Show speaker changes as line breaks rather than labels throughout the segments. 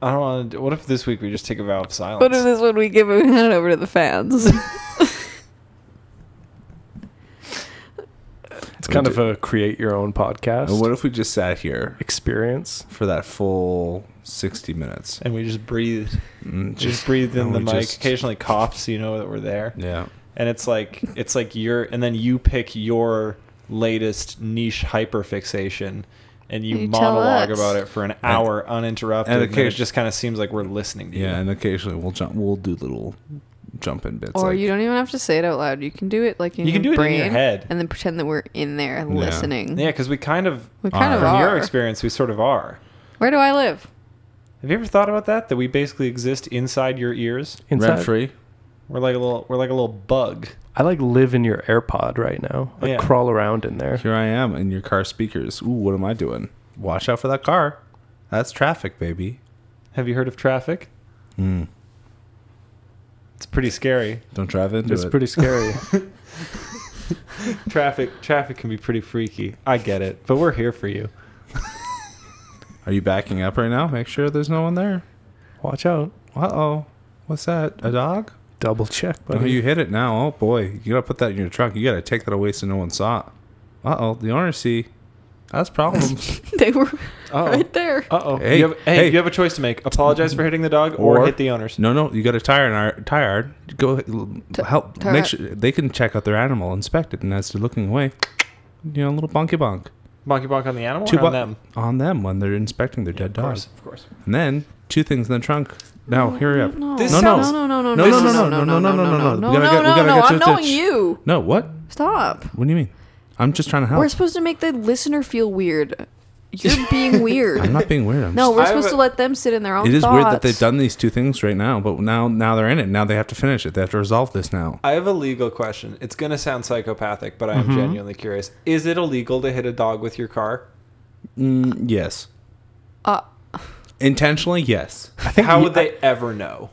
I don't want to. What if this week we just take a vow of silence?
What if this one we give it over to the fans?
It's kind of a create your own podcast
And what if we just sat here
experience.
for that full 60 minutes?
and we just breathe.
Mm,
Just, breathe in
and
the
we
mic.
just-
Occasionally cough so you know that we're there.
Yeah.
And it's like it's like your and then you pick your latest niche hyperfixation and you,
You tell
monologue
us.
about it for an hour uninterrupted.
and
And, then it
occasion-
just kind of seems like we're listening to you.
Yeah, and occasionally we'll jump we'll do little jump in bits.
or
like-
you don't even have to say it out loud. You can do it like in
You
your
can do it
brain
in your head.
and then pretend that we're in there listening.
Yeah, because we kind of
Mm-hmm. We kind of
from your
are.
experience we sort of are.
Where do I live?
Have you ever thought about that? That we basically exist inside your ears.
rent
Inside,
free.
We're like a little we're like a little bug.
I like live in your AirPod right now. Like
Yeah.
crawl around in there.
Here I am in your car speakers. Ooh, what am I doing? Watch out for that car. That's traffic, baby.
Have you heard of traffic? It's pretty scary.
Don't drive into
It's
it.
pretty scary.
Traffic traffic can be pretty freaky. I get it, but we're here for you.
Are you backing up right now? Make sure there's no one there.
Watch out.
Uh oh. What's that? A dog?
Double check,
Oh,
buddy.
you hit it now. Oh boy. You gotta put that in your trunk. You gotta take that away so no one saw it. Uh oh. The owner see. That's problems.
They were
Oh.
right there.
Uh oh.
Hey,
you have, hey,
hey.
you have a choice to make. Apologize for hitting the dog or,
Or-
hit the owners.
no, no. You got a tire and tired. Go
T-
help.
tire-
Make sure they can check out their animal, inspect it, and as they're looking away, you know, a little bonky bonk.
Bonky bonk on the animal
Two
or on
bu-
them.
on them when they're inspecting their dead
Of course,
dogs.
of course.
And then two things in the trunk. Now, hurry up.
No,
This
no,
sounds-
no, no, no,
No,
no, no, no,
no,
no, no, no, no, no,
We gotta get- we gotta
no,
get to
I'm
the
knowing
ditch.
you.
No, what?
Stop.
What do you mean? I'm just trying to help.
We're supposed to make the listener feel weird. You're being
I'm
weird.
not being weird. I'm
No,
just-
we're
I
supposed
have
to
a-
let them sit in their own
it is
thoughts.
weird that they've done these two things right now, but now now they're in it. Now they have to finish it. They have to resolve this now.
I have a legal question. It's going to sound psychopathic, but I
Mm-hmm.
am genuinely curious. Is it illegal to hit a dog with your car?
Mm, yes.
Uh,
Intentionally, yes.
I think
How
you-
would they ever know?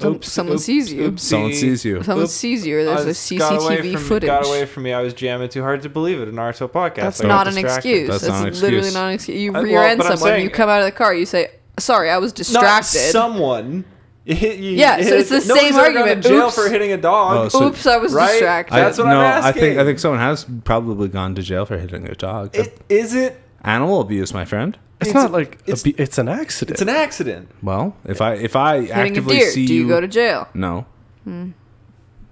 Some- someone sees you.
Someone sees you.
Someone
Oops.
sees you, or there's a
I got away
CCTV
from-
footage.
Got away from me. I was jamming too hard to believe it in our show podcast.
That's
I got
not an
distracted.
excuse.
That's
That's,
not an
literally
excuse.
not an excuse. You
I- well,
rear end
but I'm
someone,
saying-
you come out of the car, you say, "Sorry, I was
Not
distracted."
someone. You hit- you
Yeah, so
hit a-
it's the
nobody's ever
same
gone to
argument.
jail
Oops.
for hitting a dog.
Oh, so-
Oops, I was
Right?
distracted.
That's
I,
what I'm
no, I think
asking.
I think someone has probably gone to jail for hitting a dog.
It is it.
Animal abuse, my friend.
it's,
it's
not
a-
like it's,
it's-
it's an accident.
It's an accident.
Well, if I if I
Hitting a
actively
deer, do
see
you go to jail? Hmm.
No.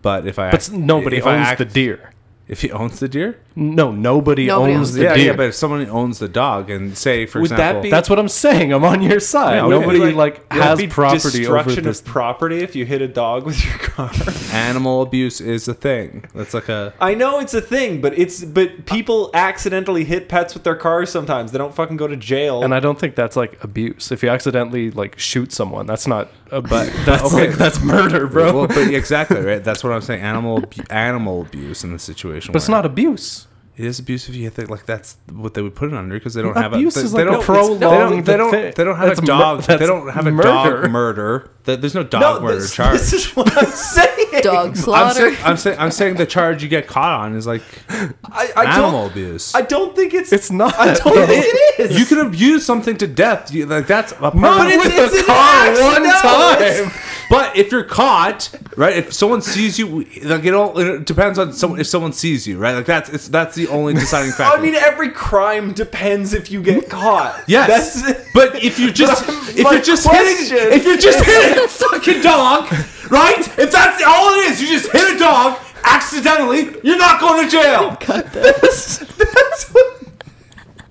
But if I
but nobody
if I
owns
act-
the deer.
If he owns the deer?
No, nobody,
Nobody
owns,
owns
the
yeah,
deer.
yeah, but if someone owns the dog and say for
Would that
example
be-
That's what I'm saying. I'm on your side.
Yeah, okay.
Nobody
Like,
like
Would it
has
be
property over
destruction
this.
of property if you hit a dog with your car.
animal abuse is a thing. That's like a
I know it's a thing, but it's but people accidentally hit pets with their cars sometimes. They don't fucking go to jail.
and I don't think that's like abuse. If you accidentally like shoot someone, that's not. A, but that's
okay.
like that's murder, bro.
Well,
but
but exactly, right? That's what I'm saying. Animal abu- animal abuse in the situation.
it's
where
not abuse.
It is abuse if you think like that's what they would put it under because they don't have a. They,
Abuse
they
is like
don't
a prolonged.
They don't. They
thing.
don't, they don't have
That's
a
mur-
dog. they
that's
don't have a
murder.
dog murder. Th- There's no dog murder
this,
charge.
this is what I'm saying.
Dog
I'm
slaughter.
saying, I'm saying. I'm saying the charge you get caught on is like
I, I
animal
don't.
abuse.
I don't think it's.
It's not.
I don't
though.
think it is.
you can abuse something to death. You, like that's a
Not
part of-
with
it's- it's
the
an
car
accident.
one
No, it's-
time.
But if you're caught, right? If someone sees you, like it all it depends on someone. If someone sees you, right? Like that's it's that's the only deciding factor.
I mean, every crime depends if you get caught.
yes.
That's,
but if you're just if
my
you're just
question
hitting if you're just hitting a fucking dog, right? If that's all it is, you just hit a dog accidentally. You're not going to jail.
that's, that's what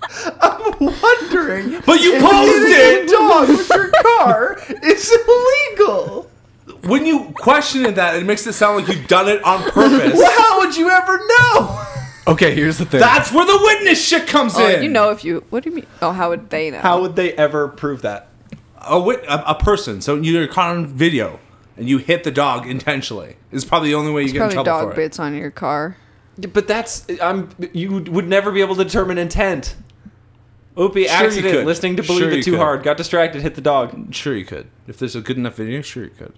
I'm wondering.
But you posed
Hitting a
it
dog with your car is illegal.
when you question it. That it makes it sound like you've done it on purpose.
Well, how would you ever know?
Okay, here's the thing.
That's where the witness shit comes
Oh,
in.
you know if you. What do you mean? Oh, how would they know?
How would they ever prove that?
a, wit- a, a person. So you're caught on video and you hit the dog intentionally. It's probably the only way you get in
Probably
trouble
dog
for it.
bits on your car.
But that's I'm you would never be able to determine intent. Opie
Sure you
accident
could.
listening to believe
Sure you
it too
could.
hard, got distracted, hit the dog.
Sure, you could. If there's a good enough video, sure you could.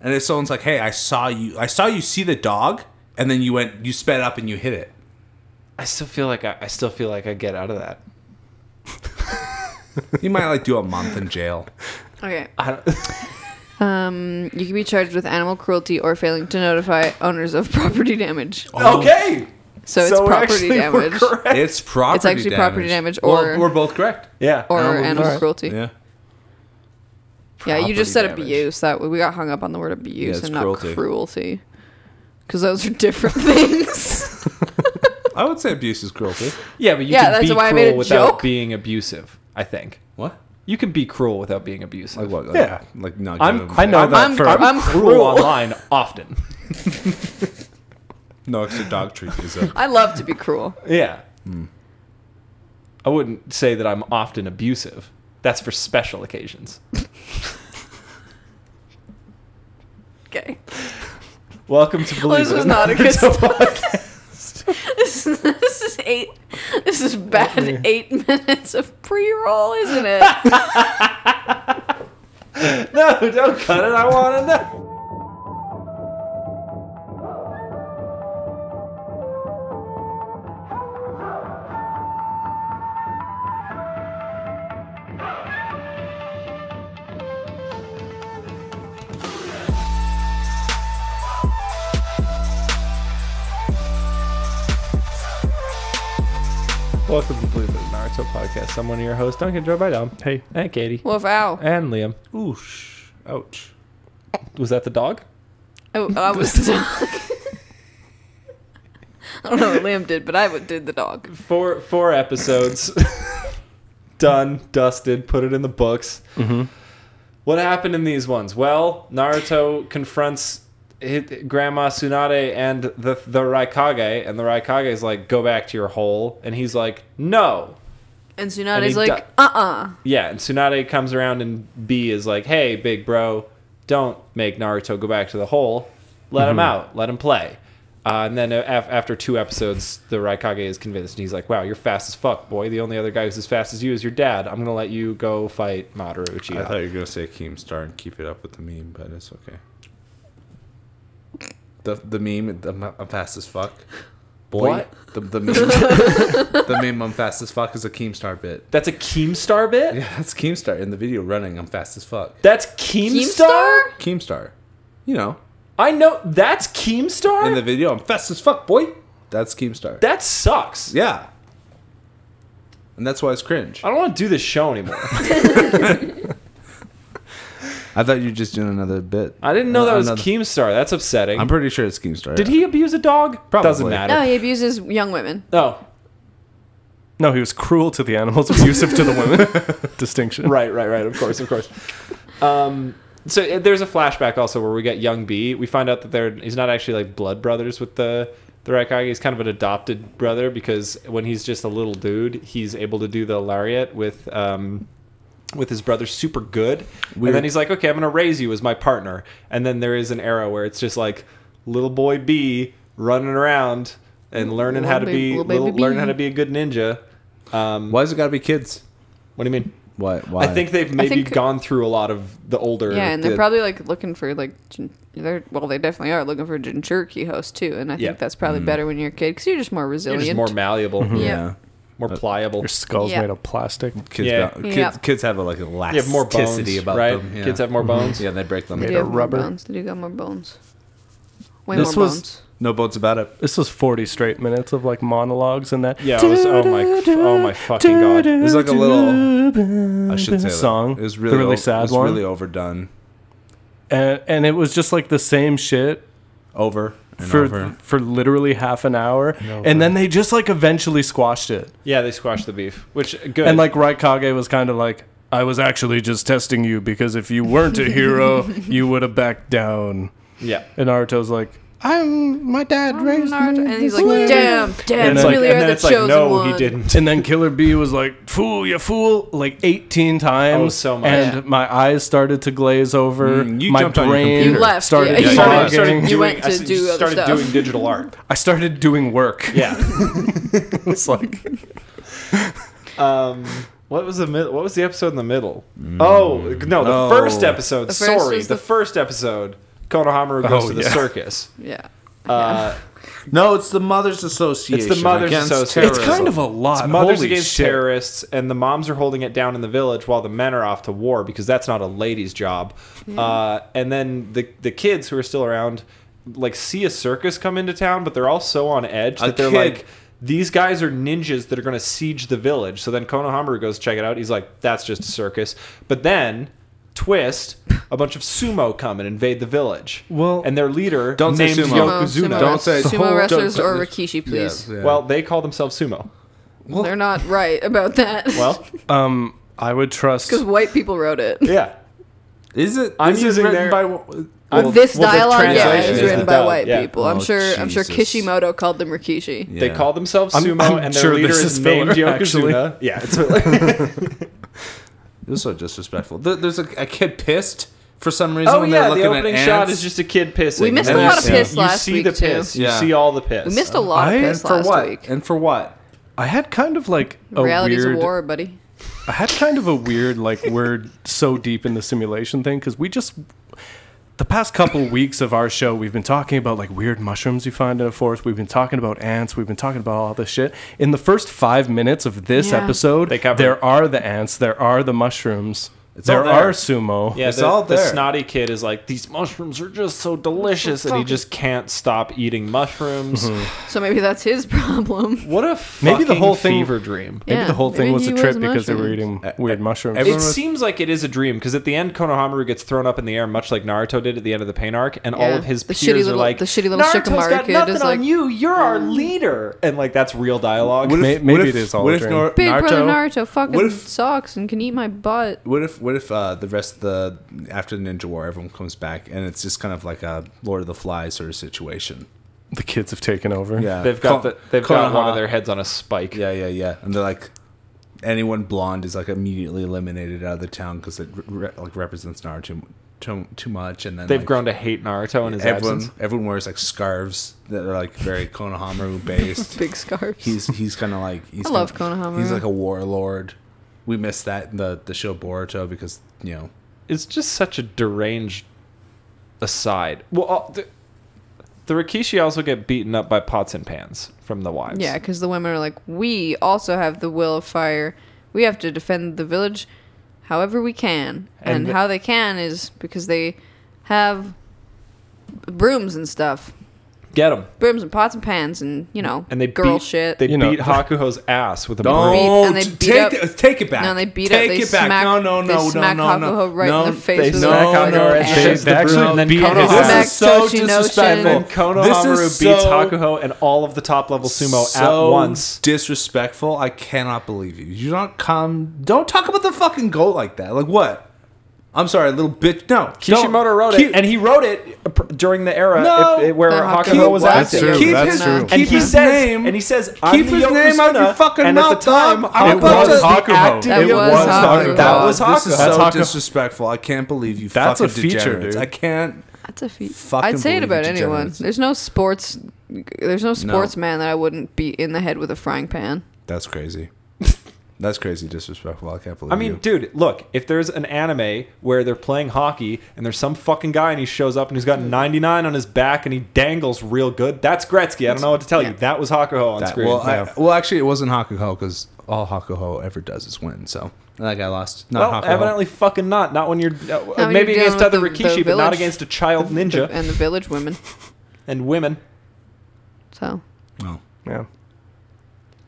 And if someone's like, "Hey, I saw you. I saw you see the dog, and then you went, you sped up and you hit it."
I still feel like I, I still feel like I get out of that.
You might like do a month in jail.
Okay.
I don't,
Um, you can be charged with animal cruelty or failing to notify owners of property damage.
oh. Okay.
So it's
we're
property
actually- we're
damage.
correct.
It's property.
it's actually property damage or
well, we're both correct.
Yeah.
or
animal-
animal,
alright.
cruelty.
Yeah.
Yeah, you just said
Property damage.
abuse. That we got hung up on the word abuse
it's
and not
cruelty.
cruelty. Because those are different things.
I would say abuse is cruelty.
Yeah, but you
Yeah,
can
that's
be
why I
cruel
made a
without
joke.
being abusive. I think
What?
you can be cruel without being abusive.
Like what? Like,
Yeah.
Like not.
I'm,
giving them-
I know
I'm-
that
I'm-
for
I'm
cruel,
cruel.
online often.
No extra dog treat is a
I love to be cruel.
Yeah. Hmm. I wouldn't say that I'm often abusive. That's for special occasions.
Okay.
Welcome to
Well,
Believe
this
It or
was not a good
It's a
start.
podcast.
this, is, this is eight. This is bad. Eight minutes of pre-roll, isn't it?
No, don't cut it. I want to know. Welcome to Believe It Naruto podcast. I'm one of your hosts, Duncan Joe by Dom.
Hey.
And Katie.
Woof! Ow!
And Liam.
oosh. Ouch.
Was that the dog?
Oh, I was the dog. I don't know what Liam did, but I w- did the dog.
Four four episodes. Done, dusted, put it in the books. What happened in these ones? Well, Naruto confronts hi- Grandma Tsunade and the the Raikage, and the Raikage is like, "Go back to your hole," and he's like, "No."
And
And he
Tsunade's like,
di-
uh-uh.
Yeah, and Tsunade comes around and B is like, "Hey, big bro, don't make Naruto go back to the hole. Let him out. Let him play." Uh, and then a- af- after two episodes, the Raikage is convinced, and he's like, "Wow, you're fast as fuck, boy. The only other guy who's as fast as you is your dad. I'm gonna let you go fight Madara
I
Uchiha."
thought you were gonna say Keemstar and keep it up with the meme, but it's okay. The the meme. The, m- I'm fast as fuck. Boy,
What?
the the meme. the meme. I'm fast as fuck is a Keemstar bit.
That's a Keemstar bit.
Yeah, that's Keemstar in the video running. I'm fast as fuck.
That's Keemstar?
Keemstar?
Keemstar, you know,
I know that's Keemstar.
in the video, I'm fast as fuck, boy. That's Keemstar.
that sucks.
yeah, and that's why it's cringe.
I don't want to do this show anymore.
I thought you were just doing another bit.
I didn't know that was
Another-
Keemstar. That's upsetting.
I'm pretty sure it's Keemstar.
Did
yeah.
he abuse a dog?
Probably.
Doesn't matter.
No, he abuses young women.
Oh,
No, he was cruel to the animals, abusive to the women. Distinction.
right, right, right. Of course, of course. Um, so uh, there's a flashback also where we get young B. We find out that they're he's not actually like blood brothers with the the Raikage. He's kind of an adopted brother because when he's just a little dude, he's able to do the lariat with um, with his brother super good.
Weird.
And then he's like, okay, I'm gonna raise you as my partner. And then there is an era where it's just like little boy B running around and learning how to
Little baby-
be
little baby
little, learning
B.
how to be a good ninja. Um,
Why's it gotta be kids?
what do you mean?
What? Why?
I think they've maybe
think-
gone through a lot of the older.
Yeah, and they're
did.
probably like looking for like gin- they're well, they definitely are looking for a Jinchuriki host too, and I
Yeah.
think that's probably better when you're a kid because you're just more
you're
resilient.
just more malleable,
Yeah.
more pliable.
Your skull's
Yeah.
made of plastic.
Kids,
Yeah.
got- kids,
Yeah.
kids have a like
You have more bones,
elasticity about
right?
them. Yeah.
Kids have more bones.
yeah, they break them.
They
Made
do
of
have more
rubber.
bones. They do got more bones. Way
This
more
was-
bones.
No bones about it.
This was 40 straight minutes of like monologues and that.
Yeah, it was- oh my- oh my fucking God.
There's like a
little.
I should say that.
song.
It was really,
the really
o-
sad
It was
one.
really overdone.
and, and it was just like the same shit
Over and
for
over.
for literally half an hour,
over.
and then they just like eventually squashed it.
Yeah, they squash the beef, which good.
And like Raikage was kind of like, I was actually just testing you because if you weren't a hero, you would have backed down.
yeah,
And Naruto's like, I'm my dad raised
Naruto-
me.
And he's
this
like,
way."
damn, damn,
and,
it's
you
like,
really
and
are
then
the
it's like,
chosen
no,
one.
he didn't.
And then Killer B was like, "Fool, you fool!" like eighteen times.
Oh, so much.
And my eyes started to glaze over.
Mm, you
my
jumped on your
brain
computer.
You left,
started
yeah, you
started,
started-
fogging.
started
You
doing,
went to
I said you
do other
started
stuff.
doing digital art.
I started doing work.
Yeah.
It's like
um, what was the mid- what was the episode in the middle? Oh no, the
No.
first episode.
The first
sorry,
was
the,
the-
first episode. Konohamaru goes
Oh,
to the
yeah.
circus.
Yeah.
Uh,
No, it's the Mothers Association.
Mothers
against
Association.
It's
terrorism.
kind of a lot.
It's mothers
Holy
against
shit.
terrorists, and the moms are holding it down in the village while the men are off to war because that's not a lady's job. Uh, and then the the kids who are still around, like see a circus come into town, but they're all so on edge
A
that they're
kid-
like, these guys are ninjas that are going to siege the village. So then Konohamaru goes to check it out. He's like, that's just a circus. But then. Twist! A bunch of sumo come and invade the village.
Well-
and their leader
Don't say
named
sumo.
Yokozuna.
Sumo,
Don't say-
sumo
Don't-
wrestlers or
don't-
Rikishi, please.
Yeah, yeah.
Well, they call themselves sumo.
They're not right about that.
Well,
Um, I would trust.
because white people wrote it.
yeah.
is it?
I'm
is it
using
written
their-
by? Well,
I'm-
this
well, the
dialogue, yeah,
translation
is
is
written
the
by
dub,
white
yeah.
people. I'm
Oh,
sure. I'm sure
Jesus.
Kishimoto called them Rikishi.
They call themselves
I'm-
Sumo,
I'm
and their
sure
leader
this
is,
is
named
filler,
Yokozuna.
actually.
Yeah, it's really-
This is so disrespectful. There- There's a, a kid pissed for some reason
oh
when
yeah.
they're
The
looking
opening
at
shot
ants.
is just a kid pissing.
We missed
and
a
then
lot of
you see-
piss
You
last
see
week,
the
too.
piss. You
Yeah.
see all the piss.
We missed a lot
I-
of
and
piss
for
last
what?
week.
And for what?
I had kind of like a
Reality's
weird.
a war, buddy.
I had kind of a weird like we're so deep in the simulation thing because we just the past couple weeks of our show we've been talking about like weird mushrooms you find in a forest. We've been talking about ants. We've been talking about all this shit. In the first five minutes of this
Yeah.
episode,
They covered
there
it.
are the ants. There are the mushrooms.
It's
there
all there.
are sumo.
Yeah,
It's
the,
all
the
there.
snotty kid is like, these mushrooms are just so delicious, and he just can't stop eating mushrooms.
So maybe that's his problem.
What a fucking
Maybe the whole thing-
fever dream.
Maybe
Yeah,
the whole
maybe
thing was
he
a
was
trip because they were
mushrooms.
eating weird mushrooms.
It
Uh, everyone was-
seems like it is a dream because at the end, Konohamaru gets thrown up in the air, much like Naruto did at the end of the pain arc, and all
Yeah.
of his
The shitty
peers are
little-
like,
the shitty little
Naruto's
Shikamaru
got
kid
nothing
is
on
like- "Mm."
you. You're our leader, and like that's real dialogue.
What
May-
if,
maybe
what if,
it is all
what
a
if
dream.
Nar-
Big
Naruto,
brother Naruto fucking
What if
sucks and can eat my butt.
what if what if uh, the rest of the after the Ninja War everyone comes back and it's just kind of like a Lord of the Flies sort of situation?
the kids have taken over.
Yeah,
They've got
Kon-
the, they've got one
Konoha.
of their heads on a spike.
Yeah, yeah, yeah. And they're like, anyone blonde is like immediately eliminated out of the town because it re- like represents Naruto too, too, too much. And then
They've
like,
grown to hate Naruto in his
Everyone,
absence.
everyone wears like scarves that are like very Konohamaru based.
Big scarves.
he's he's kind of like he's
I love
kinda-
Konohamaru.
He's like a warlord. We miss that in the the show Boruto because you know
It's just such a deranged aside. Well, uh, the, the Rikishi also get beaten up by pots and pans from the wives.
Yeah, because the women are like, we also have the will of fire. We have to defend the village however we can. And,
And the-
how they can is because they have brooms and stuff.
get them.
Brooms and pots and pans and, you know,
And they
girl
beat,
shit.
They
You know,
beat Hakuho's ass with a broom.
don't
and they beat
take
up-
it, take it back.
No, they beat up-
take
they
it back.
smack-
no, no,
they
no,
smack
no, no,
Hakuho
no.
right in
no,
the face
They
with
no,
smack
no,
Hakuho and
no.
shakes
They
the
actually
broom. And then
beat his
Konohamaru,
ass.
This is so
Smack Toshinoshin.
and
disrespectful.
Konohamaru
this is
beats
so,
Hakuho and all of the top level sumo
so
at once.
Disrespectful. I cannot believe you. You don't come. Don't talk about the fucking goat like that. Like what? I'm sorry, little bitch. No,
Kishimoto
don't.
wrote
Keep-
it, and he wrote it pr- during the era
No.
if, it- where
That
Hakuho was
Hakuho
That's
active.
true,
Keep
that's
his,
true.
Keep
and he
his
says,
name.
and he says, I'm
keep
the
his name out your
Yokozuna,"
fucking
and
mouth.
At the time,
dog. I'm
Hakuho
about
was
to-
the
Hakuho.
active
It
young
was
woman.
Hakuho.
That was
Hakuho.
This is
That's
so
Hakuho.
disrespectful. I can't believe you.
That's
fucking
a feature,
degenerates.
dude.
I can't.
That's a feat.
Fucking
I'd say it
believe
about
you
anyone.
degenerates.
There's no sports. There's no sportsman that I wouldn't beat in the head with a frying pan.
That's crazy. That's crazy disrespectful. I can't believe.
I mean,
you.
dude, look, if there's an anime where they're playing hockey and there's some fucking guy and he shows up and he's got 99 on his back and he dangles real good, that's Gretzky. I don't know what to tell
Yeah.
you. That was Hakuho on
That-
screen.
well, I-
Yeah.
well, actually, it wasn't Hakuho because all Hakuho ever does is win. So and that guy lost. Not
Well,
Hakuho.
evidently fucking not. Not when you're uh,
when
maybe
you're
against
dealing
other
with the- the
Rikishi, but not
village.
against a child ninja
and the village women.
and women.
So
No.
Yeah.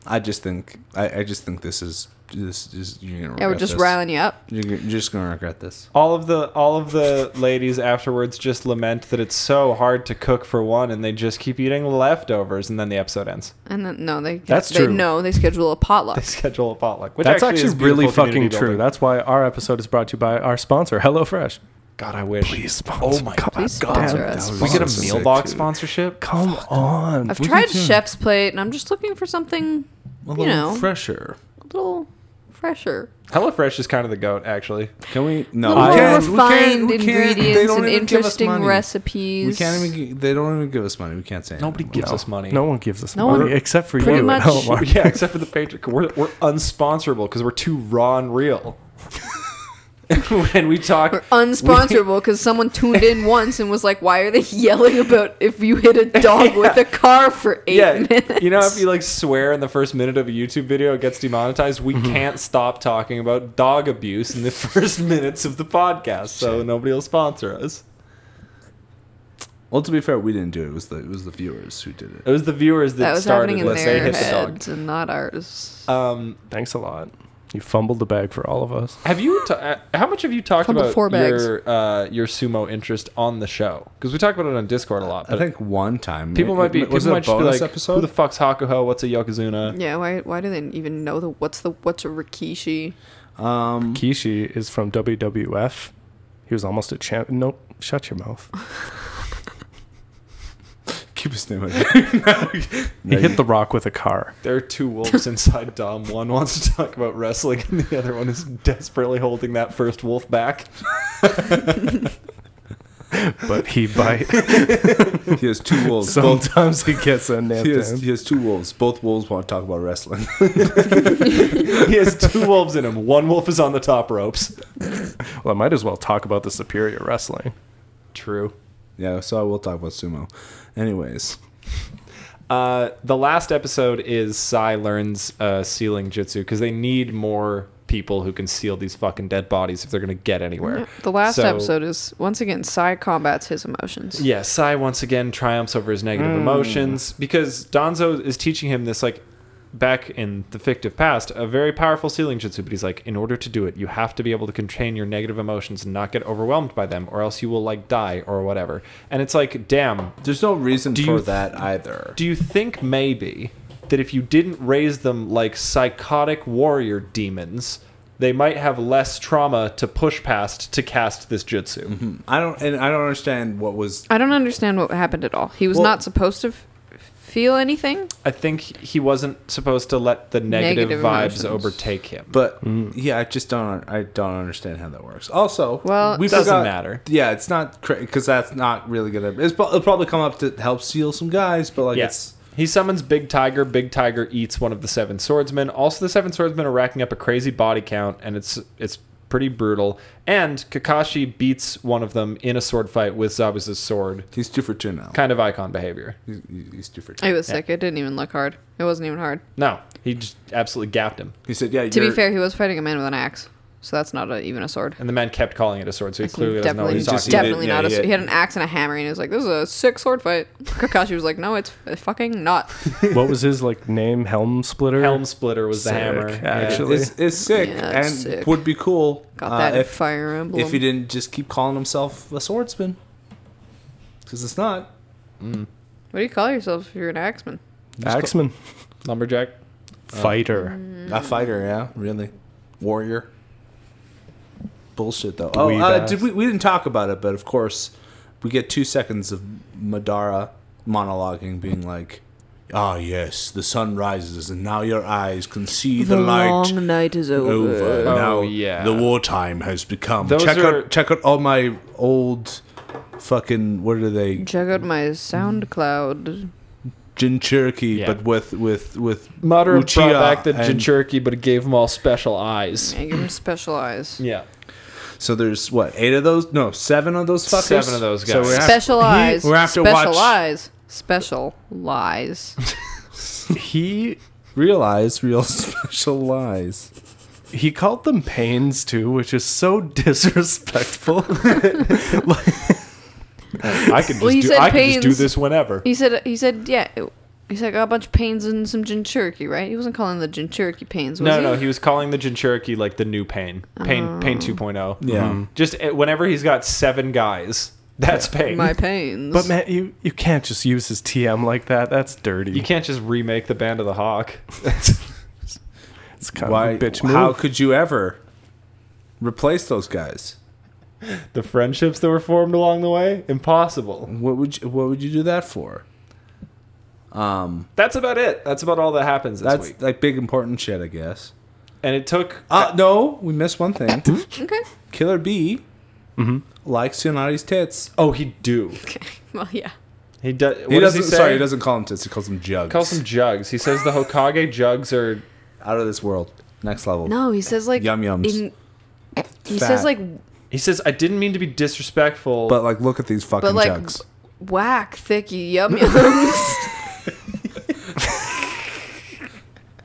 I just think I, I just think this is this is you're gonna
yeah, we're
regret
just
this.
riling you up.
You're, g- you're just gonna regret this.
All of the all of the ladies afterwards just lament that it's so hard to cook for one, and they just keep eating leftovers, and then the episode ends.
And then no, they
That's
they,
true.
No, they schedule a potluck.
They schedule a potluck, which
That's
actually, is
actually, really
beautiful community
fucking true.
building.
That's why our episode is brought to you by our sponsor, HelloFresh.
God, I wish.
sponsor.
Oh my
God,
Please sponsor
damn,
us.
that was
we get a
awesome.
sick,
meal box
dude.
sponsorship.
Come on.
I've tried Chef's Plate, and I'm just looking for something,
A
you
little
know,
fresher.
a little fresher.
HelloFresh is kind of the goat, actually.
Can we? No,
More
I-
we can't. we can't-
refined
we can't- they
ingredients
don't
and
even give us
interesting
money.
recipes.
We can't even. gi- They don't even give us money. We can't say
Nobody
anything.
gives us money.
No one gives us
No
money
one-
except for
pretty
you
much-
at home. Mark.
Yeah, except for the Patreon. We're, we're unsponsorable because we're too raw and real. when we talk
Unsponsorable because someone tuned in once and was like, "Why are they yelling about if you hit a dog with a car for eight
yeah,
minutes?"
you know, if you like swear in the first minute of a YouTube video, it gets demonetized. We
Mm-hmm.
can't stop talking about dog abuse in the first minutes of the podcast, so nobody will sponsor us.
Well, to be fair, we didn't do it. It was the it was the viewers who did
It
it.
was the viewers that,
that was
started
happening in
this.
their
they hit the dog.
heads and not ours.
Um,
Thanks a lot. You fumbled the bag for all of us.
Have you? ta- uh, how much have you talked
Fumbled
about
four bags.
your uh, your sumo interest on the show? Because we talk about it on Discord a lot.
I
But
think one time
people might be
was
people
it a
might just be
bonus
like,
episode?
"Who the fuck's Hakuho? What's a yakuza?"
Yeah, why? Why do they even know the what's the what's a rikishi?
um,
Kishi is from WWF. He was almost a champ. No, shut your mouth.
keep his name. out of it.
He
No, you-
hit the rock with a car.
There are two wolves inside Dom. One wants to talk about wrestling, and the other one is desperately holding that first wolf back.
but he bites.
he has two wolves. both,
Sometimes he gets a nip
he, has,
in.
he has two wolves. Both wolves want to talk about wrestling.
he has two wolves in him. One wolf is on the top ropes.
Well, I might as well talk about the superior wrestling.
True.
yeah, so I will talk about sumo. Anyways,
Uh, the last episode is Sai learns uh, sealing jutsu because they need more people who can seal these fucking dead bodies if they're gonna get anywhere.
The last
So-
episode is once again side combats his emotions.
Yeah, Sai once again triumphs over his negative emotions because Donzo is teaching him this like back in the fictive past, a very powerful sealing jutsu, but he's like, in order to do it, you have to be able to contain your negative emotions and not get overwhelmed by them, or else you will like die or whatever. And it's like, damn,
there's no reason
Do
for
you th-
that either.
do you think maybe that if you didn't raise them like psychotic warrior demons, they might have less trauma to push past to cast this jutsu?
I don't, and I don't understand what was.
I don't understand what happened at all. He was
Well-
not supposed to f- feel anything.
I think he wasn't supposed to let the negative,
Negative
vibes
emotions.
overtake him.
But yeah, I just don't. I don't understand how that works. Also,
Well,
we
Doesn't
forgot-
matter.
Yeah, it's not because that's not really gonna. It's, pro- it'll probably come up to help seal some guys, but like
yes. He summons Big Tiger. Big Tiger eats one of the seven swordsmen. Also, the seven swordsmen are racking up a crazy body count, and it's it's pretty brutal. And Kakashi beats one of them in a sword fight with Zabuza's sword.
it's he's two for two now.
Kind of icon behavior.
He's, he's two for two.
It was sick. It didn't even look hard. It wasn't even hard.
No, he just absolutely gapped him.
He said, "Yeah."
To
you're-
be fair, he was fighting a man with an axe, so that's not a, even a sword.
And the man kept calling it a sword, so he
That's
clearly doesn't know what
definitely,
he's
He just
talking about.
definitely
Yeah,
not a
yeah.
sword. He had an axe and a hammer, and he was like, "This is a sick sword fight." Kakashi was like, "No, it's it's fucking not."
What was his like name? Helm splitter.
Helm splitter was the
Sick,
hammer.
actually.
It's, it's sick
Yeah,
and
it's sick.
would be cool
Got
uh,
that in
if,
Fire Emblem.
if he didn't just keep calling himself a swordsman. Because it's not.
what do you call yourself if you're an axeman?
Axeman.
Lumberjack.
Fighter.
Mm-hmm.
A fighter, yeah, really. Warrior. Bullshit, though.
Dweeb
oh, uh,
ass.
did we, we didn't talk about it, but of course, we get two seconds of Madara monologuing, being like, Ah, yes, the sun rises, and now your eyes can see the, light.
night is
over.
Oh,
now
yeah.
the wartime has become.
Those
check
are-
out check out all my old fucking what are they?
Check out my SoundCloud.
Jinchuriki,
Yeah.
but with with with
Madara
Uchiha
brought back the
and-
Jinchuriki, but it gave them all special eyes.
I give him special eyes.
Yeah.
So there's what eight of those? No, seven of those fuckers.
Seven of those guys.
we have-
Special
he-
eyes.
We have to
special
watch.
eyes. Special lies.
He
Realize real special lies.
he called them pains too, which is so disrespectful.
I can just,
Well, he
do,
said
I can just do
pains.
this whenever.
He said. He said. Yeah. it- He said I got a bunch of pains and some Jinchuriki, right? He wasn't calling the Jinchuriki pains, was
No,
he?
no, he was calling the Jinchuriki like the new pain. Pain pain
Oh.
2.0.
Yeah.
Just uh, whenever he's got seven guys, that's pain.
My pains.
but man, you you can't just use his TM like that. That's dirty.
you can't just remake the Band of the Hawk.
It's kind
Why?
of a bitch move.
how could you ever replace those guys?
the friendships that were formed along the way? Impossible.
What would you, what would you do that for? Um,
That's about it. That's about all that happens this
that's
week.
like big important shit, I guess.
And it took
Uh, Mm-hmm. no, we missed one thing.
okay.
Killer B likes Tsunari's tits.
Oh, he do.
Okay. Well, yeah.
He does. What
he
does
doesn't.
he say?
sorry, he doesn't call them tits. He calls them jugs.
Calls them jugs. He says the Hokage jugs are
out of this world, next level.
No, he says like
Yum yums.
in He
fat.
says like,
He says, "I didn't mean to be disrespectful."
But like, look at these fucking
but like,
jugs.
whack thick yum yums.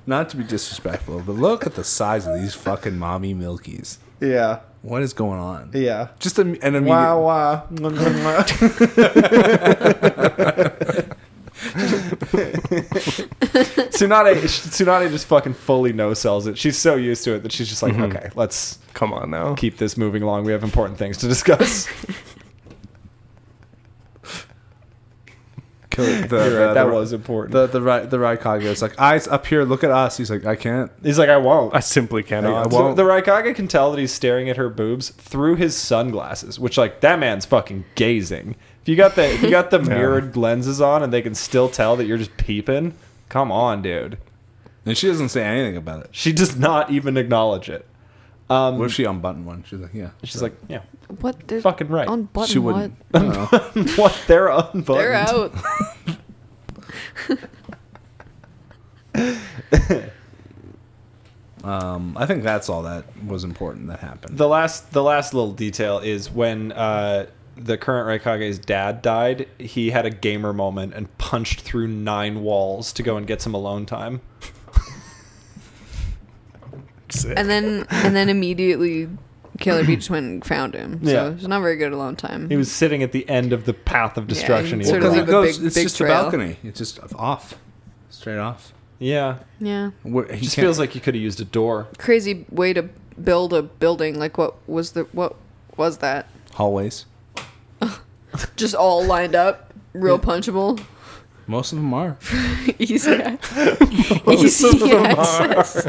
Not to be disrespectful, but look at the size of these fucking mommy milkies.
yeah,
What is going on?
yeah.
Just an, an immediate.
Wow, wow. Tsunade, Tsunade just fucking fully no sells it. She's so used to it that she's just like, okay, let's
Come on now.
keep this moving along. We have important things to discuss.
Kill it. The-
You're right,
the-
that
the-
was important.
the the Ra- the Raikage. It's like eyes up here. Look at us. He's like, I can't.
he's like, I won't.
I simply
I
cannot.
won't.
The, the Raikage can tell that he's staring at her boobs through his sunglasses, which like that man's fucking gazing. If you got the if you got the mirrored lenses on and they can still tell that you're just peeping, come on, dude.
And she doesn't say anything about it.
She does not even acknowledge it. Um,
What if she unbuttoned one? She's like, yeah.
She's like, yeah,
what? They're
fucking right.
On button
she
what?
wouldn't. I don't know.
what? They're unbuttoned.
They're out.
um, I think that's all that was important that happened.
The last, the last little detail is when uh, the current Raikage's dad died. He had a gamer moment and punched through nine walls to go and get some alone time.
and then and then immediately Killer Beach went and found him. So
Yeah.
it's not very good alone time.
He was sitting at the end of the path of destruction.
he
he had
sort of
gone.
like
Because it
a
goes,
big-
it's
big
just
trail.
a balcony. It's just off, straight off.
yeah,
yeah.
Where- he
just
can't-
feels like you could have used a door.
Crazy way to build a building. Like what was the what was that?
hallways.
Just all lined up, real punchable,
Most of them are.
easy, easy access.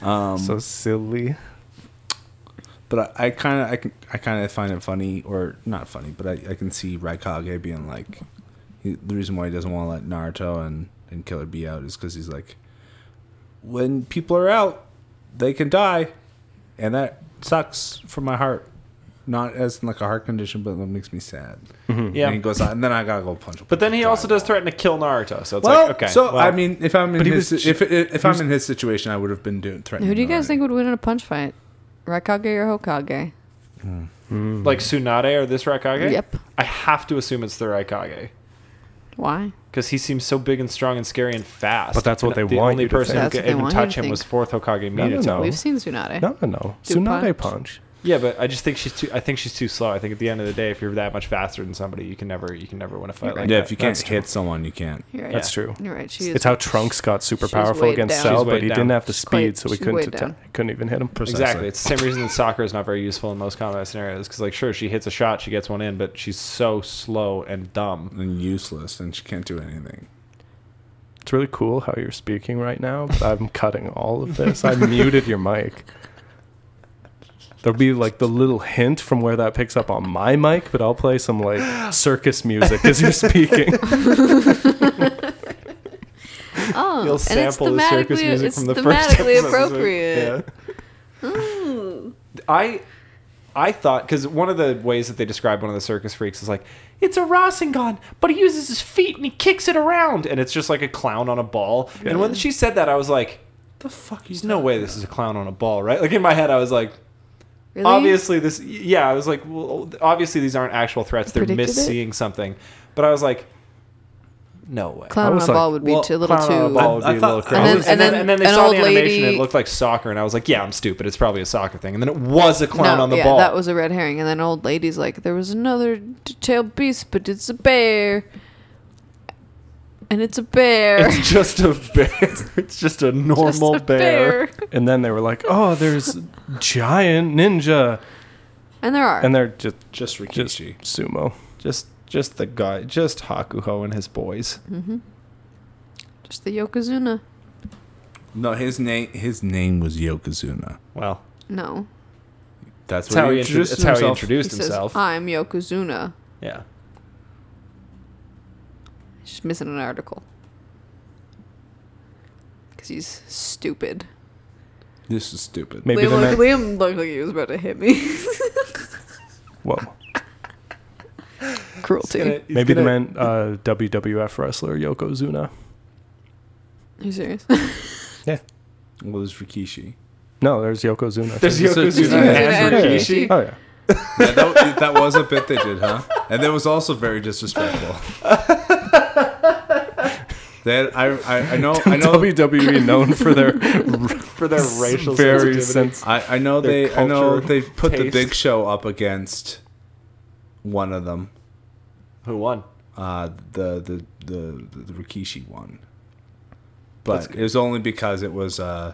so silly.
But I, I kind of, I can, I kind of find it funny, or not funny, but I, I can see Raikage being like, he, the reason why he doesn't want to let Naruto and and Killer be out is because he's like, when people are out, they can die, and that sucks for my heart. Not as in like a heart condition, but that makes me sad. And
Yeah,
he goes on, and then I gotta go punch. a
Mm-hmm. but then he also
guy."
does threaten to kill Naruto. So it's
Well,
like, okay.
so
well,
I mean, if I'm in
But he
his,
was-
if if, if I'm in his situation, I would have been doing threatening.
Who do you guys
already.
think would win in a punch fight, Raikage or Hokage?
like Tsunade or this Raikage.
Yep.
I have to assume it's the Raikage.
Why?
because he seems so big and strong and scary and fast.
But that's what
And
they
the
want
only
you to
person
think.
who could
That's what they
even
want you to
touch him
think.
was fourth Hokage
No, no,
Minato.
no.
We've seen Tsunade.
No, no, no.
Dude,
Tsunade punch.
punch.
Yeah, but I just think she's too. I think she's too slow. I think at the end of the day, if you're that much faster than somebody, you can never, you can never win a fight like
Yeah,
that.
if you can't
That's
hit someone, you can't.
You're right.
That's true.
You're right. She is.
It's how Trunks got super
She's
powerful
way
against
down.
Cell,
She's way
but he
down.
didn't have to
She's quite-
speed, so we
she's
couldn't
way
attack,
down.
couldn't even hit him.
Exactly. It's the same reason that soccer is not very useful in most combat scenarios. Because like, sure, she hits a shot, she gets one in, but she's so slow and dumb.
and useless, and she can't do anything.
It's really cool how you're speaking right now, but I'm cutting all of this. I muted your mic. There'll be like the little hint from where that picks up on my mic, but I'll play some like circus music as you're speaking.
Oh,
You'll
and it's
sample the
thematically,
circus music
it's
from the first
thematically
episode.
appropriate. Hmm.
Yeah. I I thought because one of the ways that they describe one of the circus freaks is like it's a Rasengan, but he uses his feet and he kicks it around, and it's just like a clown on a ball. And when she said that, I was like, "The fuck? There's no way this is a clown on a ball, right?" Like in my head, I was like,
Really?
"Obviously this, yeah." I was like, "Well, obviously these aren't actual threats; they're
Predicted it?
misseeing something." But I was like, "No way."
Clown
I
on
was
a ball
like,
would be
Well,
too little
clown on a
too.
ball would
I- I
be a
thought-
little crazy.
I
And,
was-
then, and, then, they
an
saw
old
the animation and
lady-
it looked like soccer, and I was like, "Yeah, I'm stupid. It's probably a soccer thing." And then it was a clown on the
yeah,
ball.
that was a red herring. And then an old lady's like, there was another two-tailed beast, but it's a bear, and it's a bear,
It's just a bear. It's just a
Just
normal
a
bear.
And then they were like, "Oh, there's giant ninja,"
And there are.
and they're just
Just
just
Rikishi.
sumo.
Just just the guy, just Hakuho and his boys.
Mm-hmm. just the yokozuna.
No, his name his name was Yokozuna.
Well,
No,
That's,
that's
what
how
he
he, intro-
introduced
that's how he
himself.
he
introduced
says,
himself.
"I'm yokozuna."
yeah.
He's just missing an article because he's stupid.
This is stupid.
Maybe
Liam,
they're
looked,
not.
Liam looked like he was about to hit me.
Whoa.
Cruelty.
Maybe the man uh, WWF wrestler Yokozuna.
Are you serious?
What was Rikishi?
No, there's Yokozuna.
There's
So-
Yokozuna
so-
and
Yeah.
Rikishi.
Oh yeah.
Yeah, that, that was a bit they did, huh? And that was also very disrespectful. That I, I I know Oh, I know
WWE known for their
for their racial
very
sensitivity.
sense.
I, I know
Their
they I know
culture,
they put the
taste.
Big Show up against one of them,
Who won?
uh, the, the the the Rikishi one, but it was only because it was uh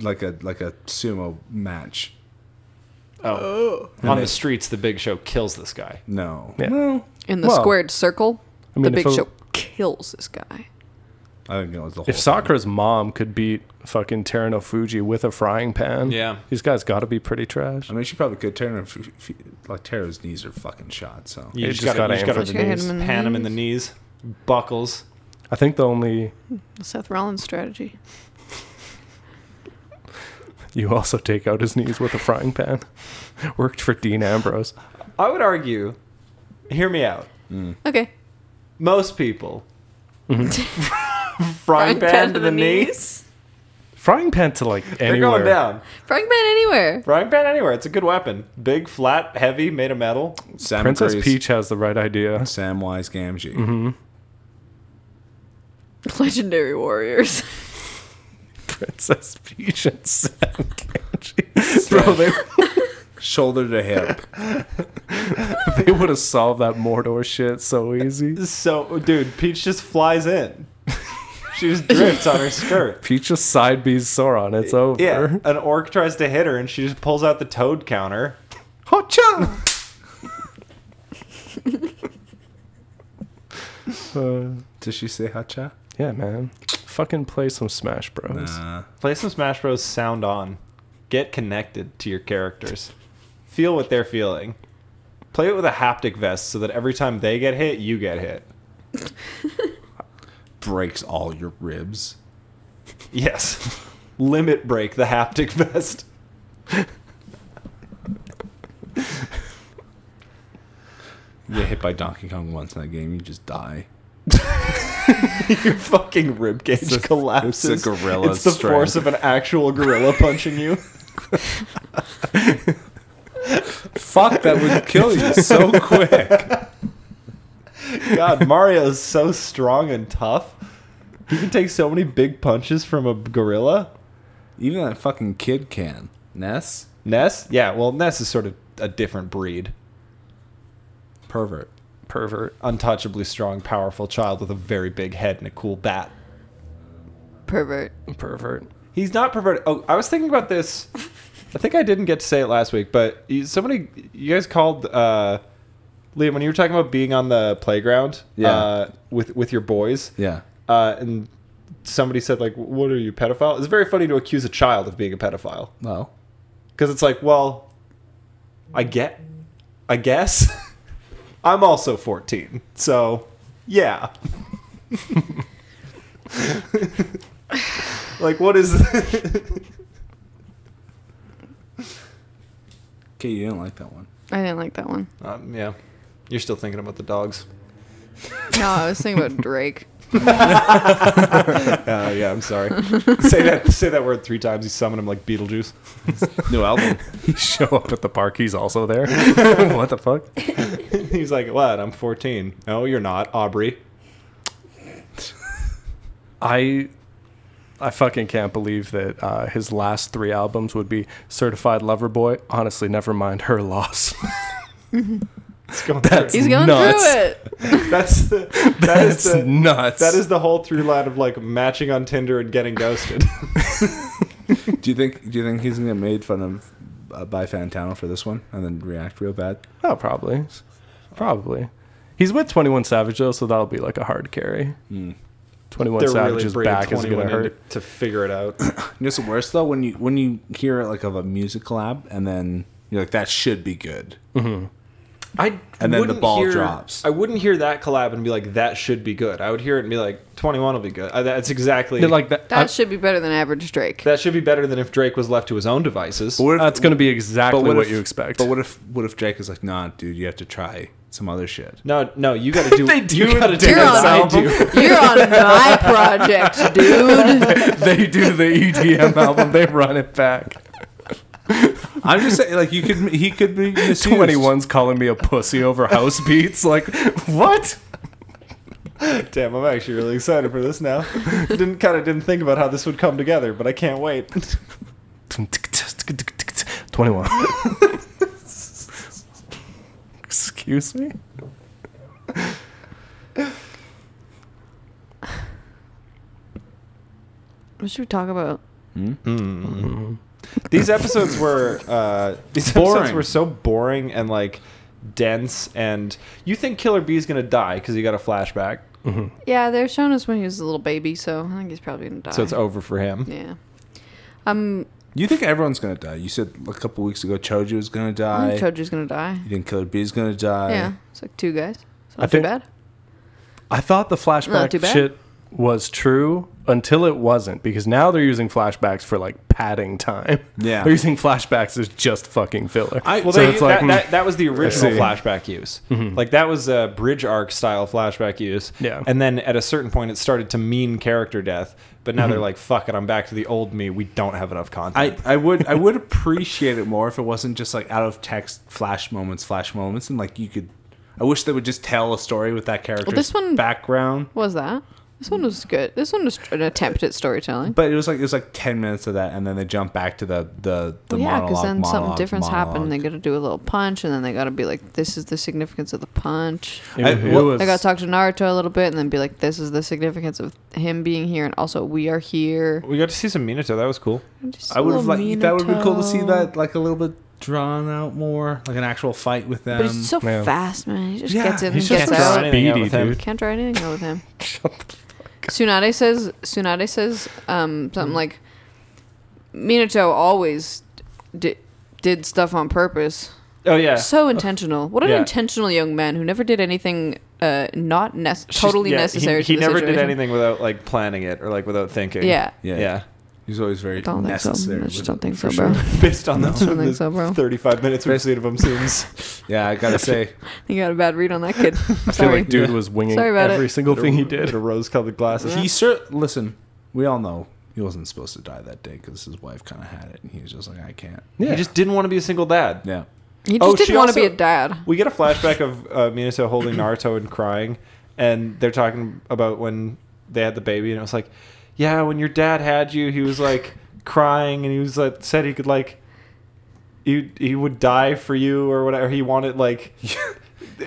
like a like a sumo match.
Oh. On the streets, the big show kills this guy.
No,
Yeah.
In the
Well,
squared circle,
I mean,
the
if
big
it-
show kills this guy.
I think it was the whole.
If Sakura's mom could beat fucking Terano Fuji with a frying pan,
Yeah.
these guys got to be pretty trash.
I mean, she probably could turn her. If, if, like Tara's knees are fucking shot. So
You
It
just,
just
gotta,
gotta
you just
aim
gotta
for
the knees. Hit him in the
pan him in the knees, buckles.
I think the only
The Seth Rollins strategy.
you also take out his knees with a frying pan worked for Dean Ambrose.
I would argue, hear me out.
Okay.
Most people, frying pan to the knees,
Frying pan to like anywhere.
they're going down.
Frying pan anywhere.
Frying pan anywhere. It's a good weapon. Big, flat, heavy, made of metal.
Sam
Princess
agrees.
Peach Mm-hmm. has the right idea.
Samwise Gamgee.
Legendary warriors.
Princess Peach and Sam Gamgee. Bro, they,
Shoulder to hip.
they would have solved that Mordor shit so easy.
So, dude, Peach just flies in. she just drifts on her skirt.
Peach just side B's Sauron. It's over.
Yeah, an orc tries to hit her, and she just pulls out the toad counter.
Hocha! uh,
Does she say hacha?
yeah, man. Fucking play some Smash Bros.
Nah.
Play some Smash Bros. Sound on. Get connected to your characters. Feel what they're feeling. Play it with a haptic vest so that every time they get hit, you get hit.
Breaks all your ribs.
Yes. Limit break the haptic vest.
You get hit by Donkey Kong once in that game, you just die.
Your fucking rib cage
It's a-
collapses.
it's a gorilla
It's the
strength.
force of an actual gorilla punching you.
Fuck, that would kill you so quick.
God, Mario is so strong and tough. He can take so many big punches from a gorilla.
Even that fucking kid can. Ness?
Ness? Yeah, well, Ness is sort of a different breed.
Pervert.
Pervert.
Untouchably strong, powerful child with a very big head and a cool bat.
Pervert.
Pervert.
He's not perverted. Oh, I was thinking about this. I think I didn't get to say it last week, but you- somebody, you guys called uh, Liam when you were talking about being on the playground
Yeah.
uh, with with your boys,
Yeah.
uh, and somebody said like, "What are you pedophile?" It's very funny to accuse a child of being a pedophile
Well,
because it's like, well, I get, I guess, I'm also 14, so yeah. like, what is?
okay, you didn't like that one.
I didn't like that one.
Um, yeah. You're still thinking about the dogs.
No, I was thinking about Drake.
Uh, yeah, I'm sorry. say that say that word three times. You summon him like Beetlejuice.
New album.
You show up at the park, he's also there. what the fuck?
He's like, what? I'm 14. No, you're not, Aubrey.
I I fucking can't believe that uh, his last three albums would be Certified Lover Boy. Honestly, never mind her loss.
It's going
That's-
through.
He's going
Nuts.
through it.
That's the, that's
That's
the,
nuts.
that is the whole through line of like matching on Tinder and getting ghosted.
do you think do you think he's gonna get made fun of uh, by Fantano for this one and then react real bad?
oh, probably, probably. He's with Twenty One Savage though, so that'll be like a hard carry.
Hmm.
Twenty One Savage's
bringing
back is gonna
21 in
hurt.
to- to figure it out.
You know what's the worst though? When you when you hear it like of a music collab and then you're like, that should be good.
I
And then the
wouldn't
ball
hear-
drops.
I wouldn't hear that collab and be like, "That should be good." I would hear it and be like, "21 will be good." Uh, that's exactly
They're like that.
That
I-
should be better than average Drake.
that should be better than if Drake was left to his own devices.
What if-
that's going to be exactly what,
if-
you expect.
But what if what if Drake is like, nah, dude, you have to try some other shit.
no, no, you got to do.
They do
you got to
it
do
You're
what
on,
I do.
you're on my project, dude.
they do the EDM album, they run it back.
I'm just saying, like you could he could be misused.
21's calling me a pussy over house beats. Like, what?
Damn, I'm actually really excited for this now. didn't kind of didn't think about how this would come together, but I can't wait.
21. Excuse me?
What should we talk about?
Hmm?
These episodes were uh, these episodes
Boring.
were so boring and like dense. And you think Killer Bee's gonna die because he got a flashback,
Yeah, they're showing us when he was a little baby, so I think he's probably gonna die.
so it's over for him.
yeah. Um,
You think everyone's gonna die? You said a couple weeks ago Choji was gonna
I
die.
think Choji's gonna die.
you think Killer B's gonna die?
yeah, it's like two guys. It's
I
not too
think-
bad.
I thought the
Not too
flashback
bad.
shit was true until it wasn't because now they're using flashbacks for like padding time.
Yeah.
They're using fllashbacks as just fucking filler.
I-
Well,
so
they,
it's like,
that,
mm,
that, that was the original
see.
flashback use. Like that was a bridge arc style flashback use.
Yeah.
And then at a certain point, it started to mean character death. But now they're like, "Fuck it, I'm back to the old me. We don't have enough content."
I, I would I would appreciate it more if it wasn't just like out of text flash moments, flash moments, and like you could. I wish they would just tell a story with that character's
this one-
background.
What was that? This one was good. This one was an attempt at storytelling.
But it was like it was like ten minutes of that, and then they jump back to the the the
Well, yeah,
monologue.
because then something
monologue,
different's happened.
monologue.
They got to do a little punch, and then they got to be like, "This is the significance of the punch."
it,
I-
it
well-
was,
They got to talk to Naruto a little bit, and then be like, "This is the significance of him being here, and also we are here."
we got to see some Minato. That was cool.
Just
I
a
would have
little
liked that would have been cool to see
Minato.
that like a little bit drawn out more, like an actual fight with them.
But he's so
yeah.
fast, man. He just
Yeah,
gets in and
he's
gets
just
Can't draw
out.
running.
anything out
Speedy,
with him.
dude.
Can't try anything out with him. Tsunade says Tsunade says um, something like Minato always di- did stuff on purpose.
Oh yeah.
So intentional. What an
Yeah.
intentional young man who never did anything uh, not nec-
She's-
totally
yeah, he-
necessary.
He,
to the
never did
situation.
anything without like planning it or like without thinking.
Yeah.
Yeah.
yeah, he's always very
Don't think so.
necessary.
I
with
just
it,
don't think
for
so, bro.
sure.
Based on
I don't think
the,
so, bro.
35 minutes we've seen of him since.
Yeah, I gotta say,
You got a bad read on that kid.
I feel
Sorry.
like dude was winging
Sorry about
every
it.
single thing he did.
The rose colored glasses.
he sure. Listen, we all know he wasn't supposed to die that day because his wife kind of had it, and he was just like, I can't.
He just didn't want to be a single dad.
Yeah.
He just
Oh, she
didn't want to
also-
be a dad.
We get a flashback of uh, Minato holding Naruto and crying, and they're talking about when they had the baby, and it was like, yeah, when your dad had you, he was like crying, and he was like said he could like, he he would die for you or whatever. He wanted like,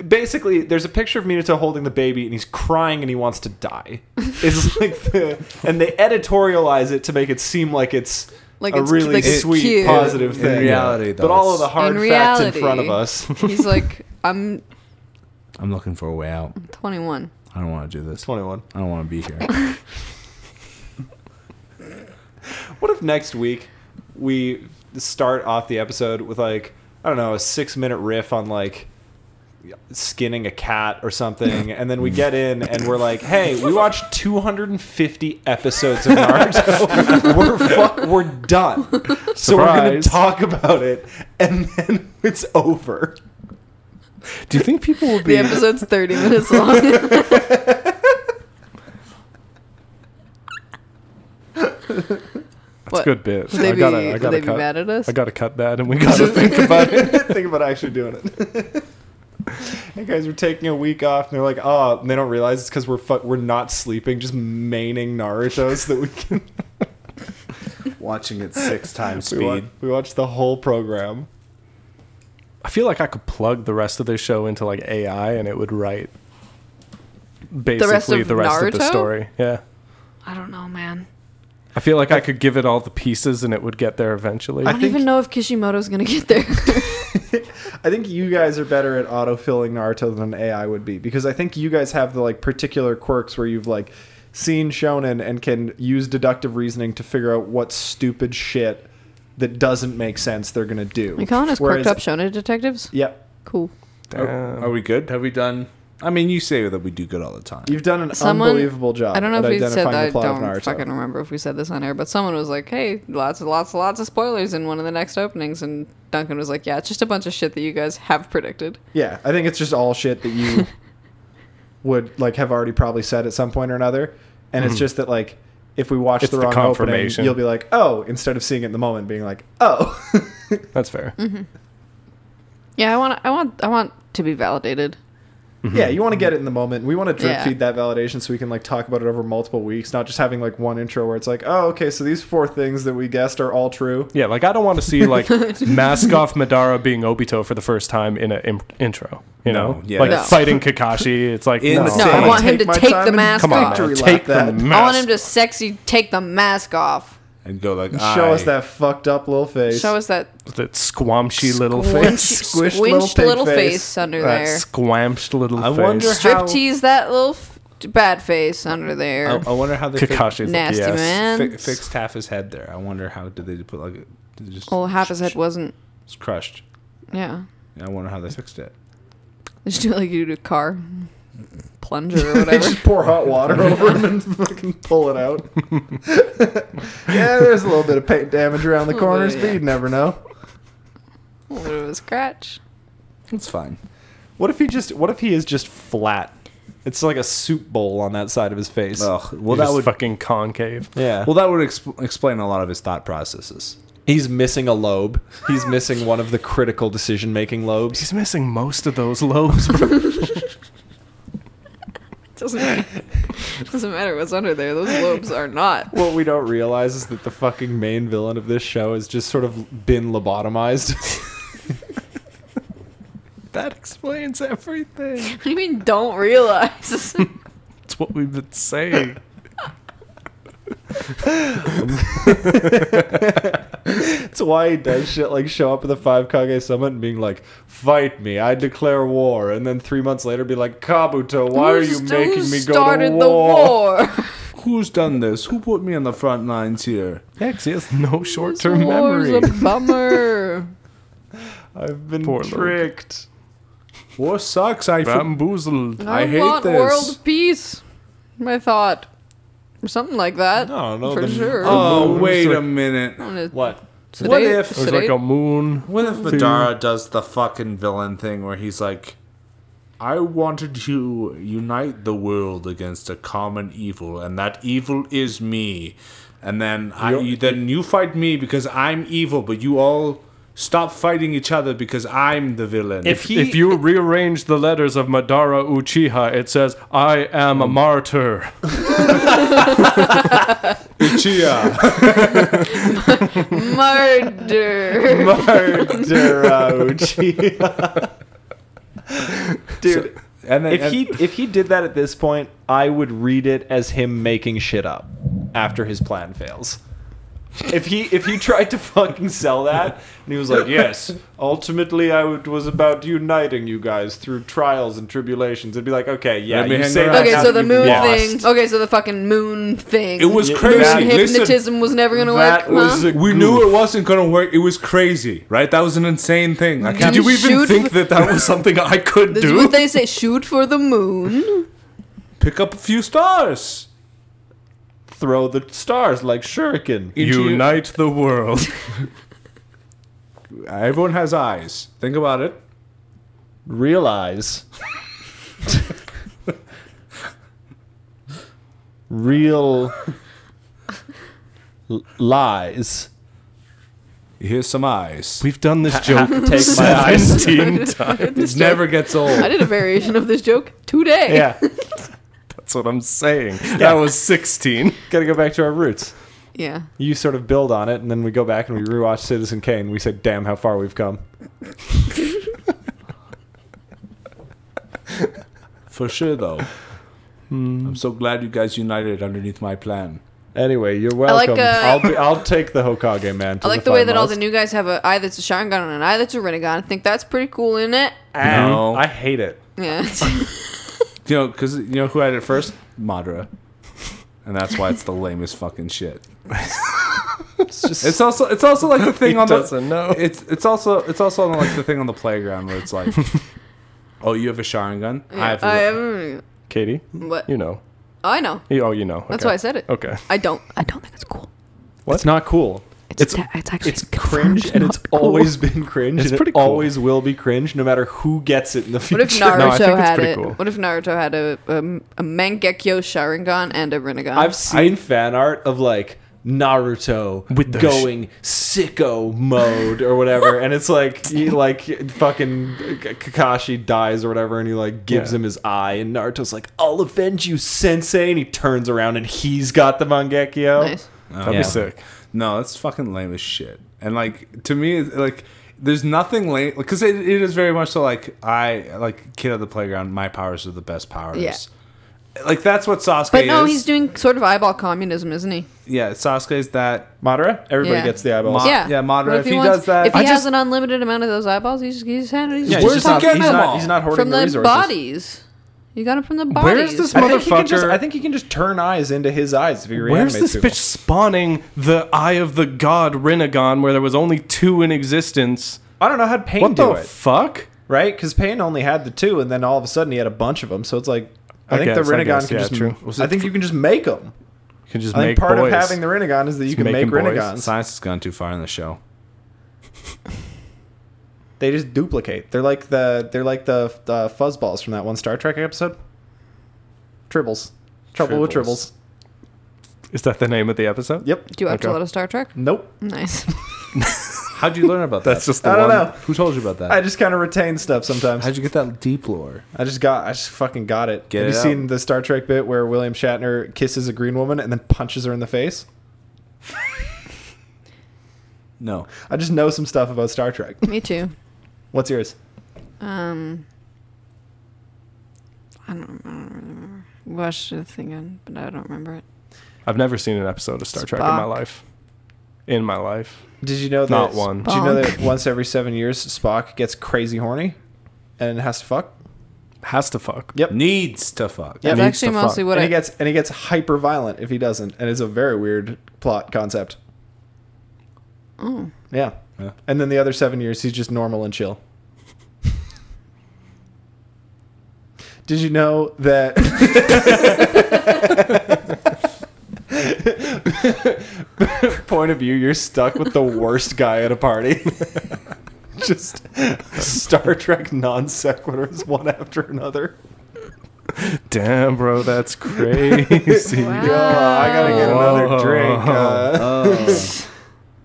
basically, there's a picture of Minato holding the baby, and he's crying, and he wants to die. It's like the and they editorialize it to make it seem like it's.
Like
a
it's-
really
like it's
sweet,
cute.
positive
In
thing.
reality, though,
but all of
it's-
the hard
In
facts in front of
reality.
us.
He's like, I'm
I'm looking for a way out.
21.
I don't want to do this.
21.
I don't want to be here.
What if next week we start off the episode with like I don't know a six minute riff on like skinning a cat or something, and then we get in and we're like, hey, we watched 250 episodes of Naruto. we're fuck, we're done. So we're gonna
Surprise.
talk about it, and then it's over.
Do you think people will
The
be
episode's 30 minutes long.
That's a good bit.
Would they
I
be,
gotta, I
would
gotta
they be
cut.
mad at us?
I gotta cut that, and we gotta think about it.
Think about actually doing it. Hey guys, we're taking a week off, and they're like, "Oh," and they don't realize it's because we're fu- we're not sleeping, just maining Naruto so that we can
Watching it six times
We, wa-
speed.
we watched the whole program.
I feel like I could plug the rest of this show into like AI, and it would write basically the rest of,
of
the
Naruto?
story. Yeah,
I don't know, man.
I feel like I could give it all the pieces, and it would get there eventually.
I don't even know if Kishimoto's gonna get there.
I think you guys are better at autofilling Naruto than AI would be because I think you guys have the like particular quirks where you've like seen shonen and can use deductive reasoning to figure out what stupid shit that doesn't make sense they're gonna do.
you calling us
Whereas-
quirked up Shona detectives?
Yep.
Cool.
Damn.
Are, are we good?
Have we done?
I mean, you say that we do good all the time.
You've done an
Someone-
unbelievable
Uh,
job.
I don't know if
at
we said
identifying
that. I
the plot of
don't
Naruto.
fucking remember if we said this on air, but someone was like, "Hey, lots, lots, lots of spoilers in one of the next openings," and Duncan was like, "Yeah, it's just a bunch of shit that you guys have predicted."
Yeah, I think it's just all shit that you would like have already probably said at some point or another, and it's just that like if we watch
Hmm. It's
the
the
wrong opening,
confirmation.
you'll be like, oh, instead of seeing it in the moment, being like, oh,
That's fair.
Mm. Yeah, I want, I want, I want to be validated.
Mm-hmm.
yeah, you want to get it in the moment. We want to drip
Yeah.
feed that validation so we can like talk about it over multiple weeks, not just having like one intro where it's like, oh, okay, so these four things that we guessed are all true.
Yeah, like I don't want to see like mask off Madara being Obito for the first time in an Im- intro. You
No,
know,
yeah,
like
that's-
fighting Kakashi. It's like
In-
no.
No.
No, I
Same.
want him to
my
take
time
the
and
mask
come on,
off.
victory
man,
lap
take the
that.
mask.
I want him to sexy take the mask off.
And go like,
Show
"Aye."
us that fucked up little face.
Show us that
that squamshy little
squinched,
face,
Squished
squinched
little pig
little, face.
face.
under
that
there.
squamshed little
I
face.
wonder- how-
Striptease that little f- bad face under there.
Oh.
I, I wonder how they fi-
Kakashi's like,
Nasty
yes.
man.
fi- fixed half his head there. I wonder how did they put like a- did it just
well, half his head wasn't.
it's crushed.
Yeah,
And I wonder how they fixed it.
they just do it like you do a car plunger or
They
whatever.
just pour hot water over him and fucking pull it out. yeah, there's a little bit of paint damage around the
A little bit,
corners, but
yeah.
you'd never know.
a little bit of a scratch.
It's fine.
What if he just? What if he is just flat? It's like a soup bowl on that side of his face.
Ugh, well,
Well,
that would
fucking concave.
Yeah.
well that would exp- explain a lot of his thought processes.
he's missing a lobe. He's missing one of the critical decision-making lobes.
He's missing most of those lobes. bro.
Doesn't doesn't matter what's under there. Those lobes are not.
What we don't realize is that the fucking main villain of this show has just sort of been lobotomized.
that explains everything.
What do you mean? Don't realize?
It's what we've been saying.
That's why he does shit like show up at the Five Kage Summit and being like, "Fight me, I declare war," and then three months later be like, "Kabuto, why are you
Who's- who
making me go to
started
war?"
the war?
Who's done this? Who put me on the front lines here?
Yeah, 'cause he has no
This
short-term
war's
memory.
a bummer.
I've been
Poor little-
tricked.
War sucks. I for-
Bamboozled.
I hate
want
this.
world peace. I thought, or something like that.
No, no,
for
the-
sure.
Oh
moon's
wait
like-
a minute.
I'm gonna-
What?
today-
What if- It
There's
today-
like a moon.
What if
Two.
Madara does the fucking villain thing where he's like, I wanted to unite the world against a common evil, and that evil is me. And then I,
You're-
you, then you fight me because I'm evil, but you all stop fighting each other because I'm the villain.
If he,
if you rearrange the letters of Madara Uchiha, it says, I am a martyr.
Uchiha,
murder.
murder Uchiha. Dude,
and then,
if
and-
he if he did that at this point, I would read it as him making shit up after his plan fails. If he if he tried to fucking sell that and he was like, "Yes, ultimately I would- was about uniting you guys through trials and tribulations." It'd be like, "Okay, yeah,
Let me
you
hang
say
around.
that
okay,
now
so
that
the
you've
moon
lost.
thing. Okay, so the fucking moon thing.
it was
Yeah,
crazy.
that-
moon
Listen,
hypnotism was never gonna work.
that
Huh?
was a
we
goof.
knew it wasn't gonna work. It was crazy, right? That was an insane thing. I can't
you shoot for-
that that was something I could
this is what they say. Shoot for the moon.
Pick up a few stars.
throw the stars like shuriken.
Into-
Unite the world.
Everyone has eyes. Think about it.
Realize. Real l- lies.
Here's some eyes.
We've done this joke
Take my eyes.
17 times.
It never gets
I
old.
did a variation of this joke today.
Yeah.
That's what I'm saying. That was 16.
Gotta go back to our roots.
Yeah.
You sort of build on it, and then we go back and we rewatch Citizen Kane. We say, damn, how far we've come.
For sure, though.
Hmm.
I'm so glad you guys united underneath my plan.
Anyway, you're
like,
welcome.
uh,
I'll, be, I'll take the Hokage, man. to
I like the, way that all
finals.
the new guys have a eye that's a Sharingan and an eye that's a Renegon. I think that's pretty cool, isn't it?
No.
I hate it.
Yeah.
You know, because you know who had it first? Madara. And that's why it's the lamest fucking shit.
It's just
It's also it's also like the thing on the
know.
it's it's also it's also like the thing on the playground where it's like Oh, you have a Sharingan?
Yeah, Oh, I, haven't.
Katie,
What?
you know.
Oh, I know.
You- Oh, you know.
That's
Okay.
why I said it.
Okay.
I don't. I don't think it's cool.
What?
It's not cool.
It's ta- it's actually
it's cringe, and it's
not cool.
always been cringe.
It's
and
pretty
it
cool.
always will be cringe, no matter who gets it in the
What
future.
if
No, I
Naruto
think it's
had
pretty
it?
cool.
What if Naruto had a a, a Mangekyo Sharingan and a Rinnegan?
I've seen fan art of like Naruto
With the sh-
going sicko mode or whatever, and it's like he like fucking K- Kakashi dies or whatever, and he like gives
Yeah.
him his eye, and Naruto's like, "I'll avenge you, Sensei," and he turns around and he's got the Mangekyo.
nice.
That'd
Yeah.
be sick.
No, that's fucking lame as shit. And like to me, it's, like there's nothing lame because it, it is very much so like I like kid at the playground. My powers are the best powers.
Yeah.
Like that's what Sasuke
But no,
is.
he's doing sort of eyeball communism, isn't he?
yeah, Sasuke is that.
Madara, everybody
Yeah.
gets the eyeballs.
Ma-
yeah,
yeah, Madara,
But
if he does that-
if he
I
has
just-
an unlimited amount of those eyeballs, he's he's had he's
Yeah,
just
he's
Where's
just
he
not,
talking
getting
he's
about
them
not,
all?
he's not hoarding
from
the,
the
resources.
bodies. You got him from the bodies.
Where's this
I think, he can just,
Motherfucker.
I think he can just turn eyes into his eyes if he reanimates
Where's this
people.
bitch spawning the Eye of the God Rinnegan, where there was only two in existence?
I don't know how Pain
What
do
the
it.
fuck?
right? Because Payne only had the two, and then all of a sudden he had a bunch of them. So it's like I,
I
think
guess,
the
I
Rinnegan
guess,
can
yeah,
just.
true.
I think you can just make them.
You can just
I
make
think part
boys.
of having the Rinnegan is that you can make
making boys.
Rinnegans.
Science has gone too far in the show.
They just duplicate. They're like the they're like the the fuzzballs from that one Star Trek episode. Tribbles, trouble with
Tribbles.
tribbles.
Is that the name of the episode?
Yep.
Do you watch
Okay.
a lot of Star Trek?
Nope.
Nice.
How'd you learn about that?
That's just the
I don't
one.
know.
Who told you about that?
I just kind of retain stuff sometimes.
How'd you get that deep lore?
I just got. I just fucking got it.
Get
Have
it
you
out.
seen the Star Trek bit where William Shatner kisses a green woman and then punches her in the face?
No.
I just know some stuff about Star Trek.
Me too.
What's yours?
Um, I don't, I don't remember. Watched the thing on, but I don't remember it.
I've never seen an episode of Star Trek in my
Spock.
life. In my life.
Did you know that
Not one.
Did you know that
Bonk.
once every seven years Spock gets crazy horny and has to fuck?
Has to fuck.
Yep.
Needs to fuck.
Yeah.
That's
needs
actually
to fuck.
mostly what
and
I.
he gets and he gets hyper violent if he doesn't, and it's a very weird plot concept.
oh,
Yeah.
Yeah.
And then the other seven years he's just normal and chill. Did you know that point of view, you're stuck with the worst guy at a party. just Star Trek non sequiturs one after another.
Damn, bro, that's crazy.
Mm. Wow.
Oh, I gotta get
Whoa.
another drink. Uh,
Oh.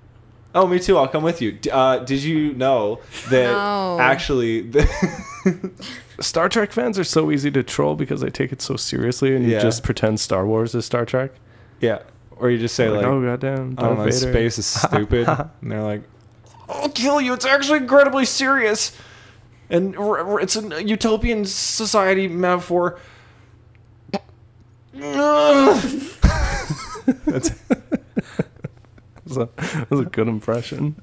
oh, me too. I'll come with you. D- Uh, did you know that
No.
actually? The
Star Trek fans are so easy to troll because they take it so seriously and
Yeah.
you just pretend Star Wars is Star Trek.
yeah, or you just say
Like,
like,
oh goddamn,
I don't
Darth
know,
Vader.
space is stupid, and they're like, I'll kill you. It's actually incredibly serious, and r- r- it's a utopian society metaphor. Ugh.
That's a, that was a good impression.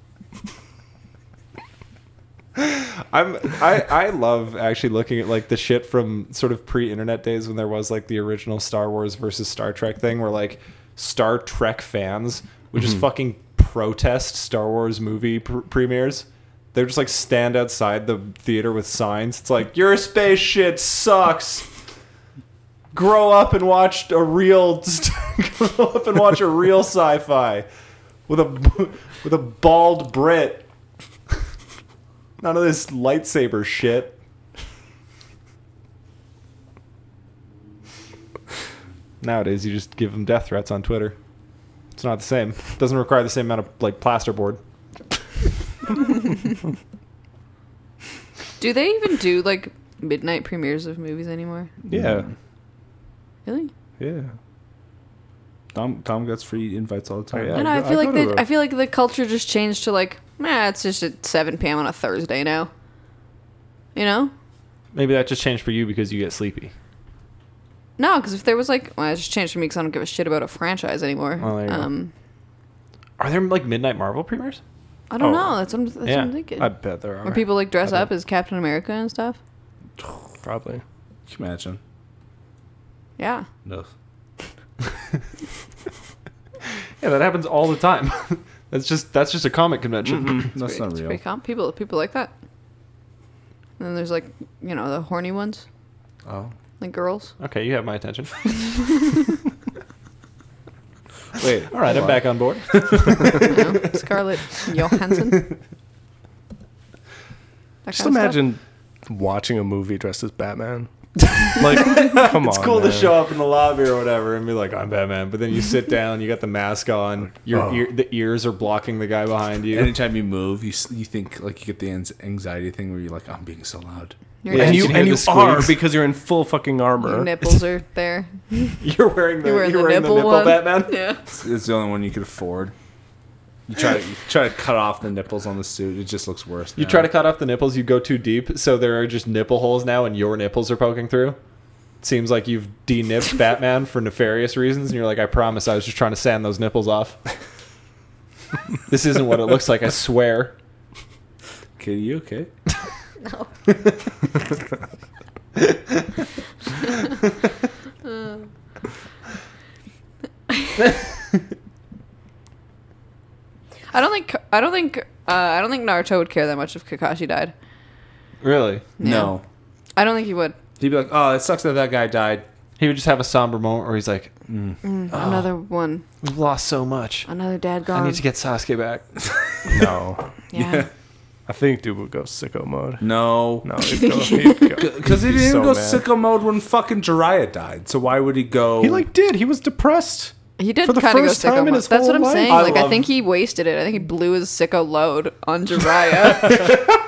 I'm I, I love actually looking at like the shit from sort of pre-internet days when there was like the original Star Wars versus Star Trek thing where like Star Trek fans would just fucking protest Star Wars movie pr- premieres. They would just like stand outside the theater with signs. It's like your space shit sucks. Grow up and watch a real grow up and watch a real sci-fi with a with a bald Brit. None of this lightsaber shit. Nowadays, you just give them death threats on Twitter. It's not the same. It doesn't require the same amount of like plasterboard.
do they even do like midnight premieres of movies anymore?
Yeah.
Really?
Yeah.
Tom Tom gets free invites all the time.
Oh, yeah.
I know. I
go-
feel
I
like
go to
the,
the-
I feel like the culture just changed to like, nah, it's just at 7 p.m. on a Thursday now. You know?
Maybe that just changed for you because you get sleepy.
No, because if there was like, well, I just changed for me because I don't give a shit about a franchise anymore.
Well, there you go.
um,
Are there like midnight Marvel premieres?
I don't
Oh.
know. That's what I'm, that's what I'm thinking.
I bet there are.
Where people like dress
I
up as Captain America and stuff.
Probably.
Can you imagine?
Yeah.
No.
Yeah, that happens all the time. that's just that's just a comic convention.
That's
pretty,
not
it's
real.
pretty com- people people like that. And then there's like, you know, the horny ones,
Oh.
like girls.
Okay, you have my attention.
Wait.
All right, I'm back on board.
You know, Scarlett Johansson. That
Just
kind of stuff.
imagine watching a movie dressed as Batman. like, come
It's
on.
cool to
man.
show up in the lobby or whatever and be like, "I'm Batman," but then you sit down, you got the mask on, your
Oh.
ear, the ears are blocking the guy behind you.
Anytime you move, you s- you think like you get the ans- anxiety thing where you're like, I'm being so loud.
Your,
Yeah,
And
nip-
you,
you can hear
and you
the
are
squeaks.
because you're in full fucking
your
armor.
nipples are there.
You're wearing the
You're
you're wearing,
wearing the nipple
the nipple
one.
Batman.
Yeah.
It's, it's the only one you could afford. You try to you try to cut off the nipples on the suit. It just looks worse.
You
now.
try to cut off the nipples, you go too deep, so there are just nipple holes now, and your nipples are poking through. Seems like you've denipped Batman for nefarious reasons, and you're like, I promise, I was just trying to sand those nipples off. this isn't what it looks like, I swear.
Kid, you okay?
No. I don't think I don't think uh, I don't think Naruto would care that much if Kakashi died.
Really?
No.
I don't think he would.
He'd be like, oh, it sucks that that guy died.
He would just have a somber moment where he's like,
Mm, Another one,
We've lost so much.
another dad
I
gone.
need to get Sasuke back.
no.
yeah.
I think dude would go sicko mode.
No.
No, he'd go. He'd go.
Because he
He's
didn't
so
go
mad.
sicko mode when fucking Jiraiya died. So why would he go?
He like did. He was depressed.
He did
For the
kind of go
first time
sicko
in
mode.
his
That's
whole
what I'm
life.
saying.
I
like I
love-
think he wasted it. I think he blew his sicko load on Jiraiya.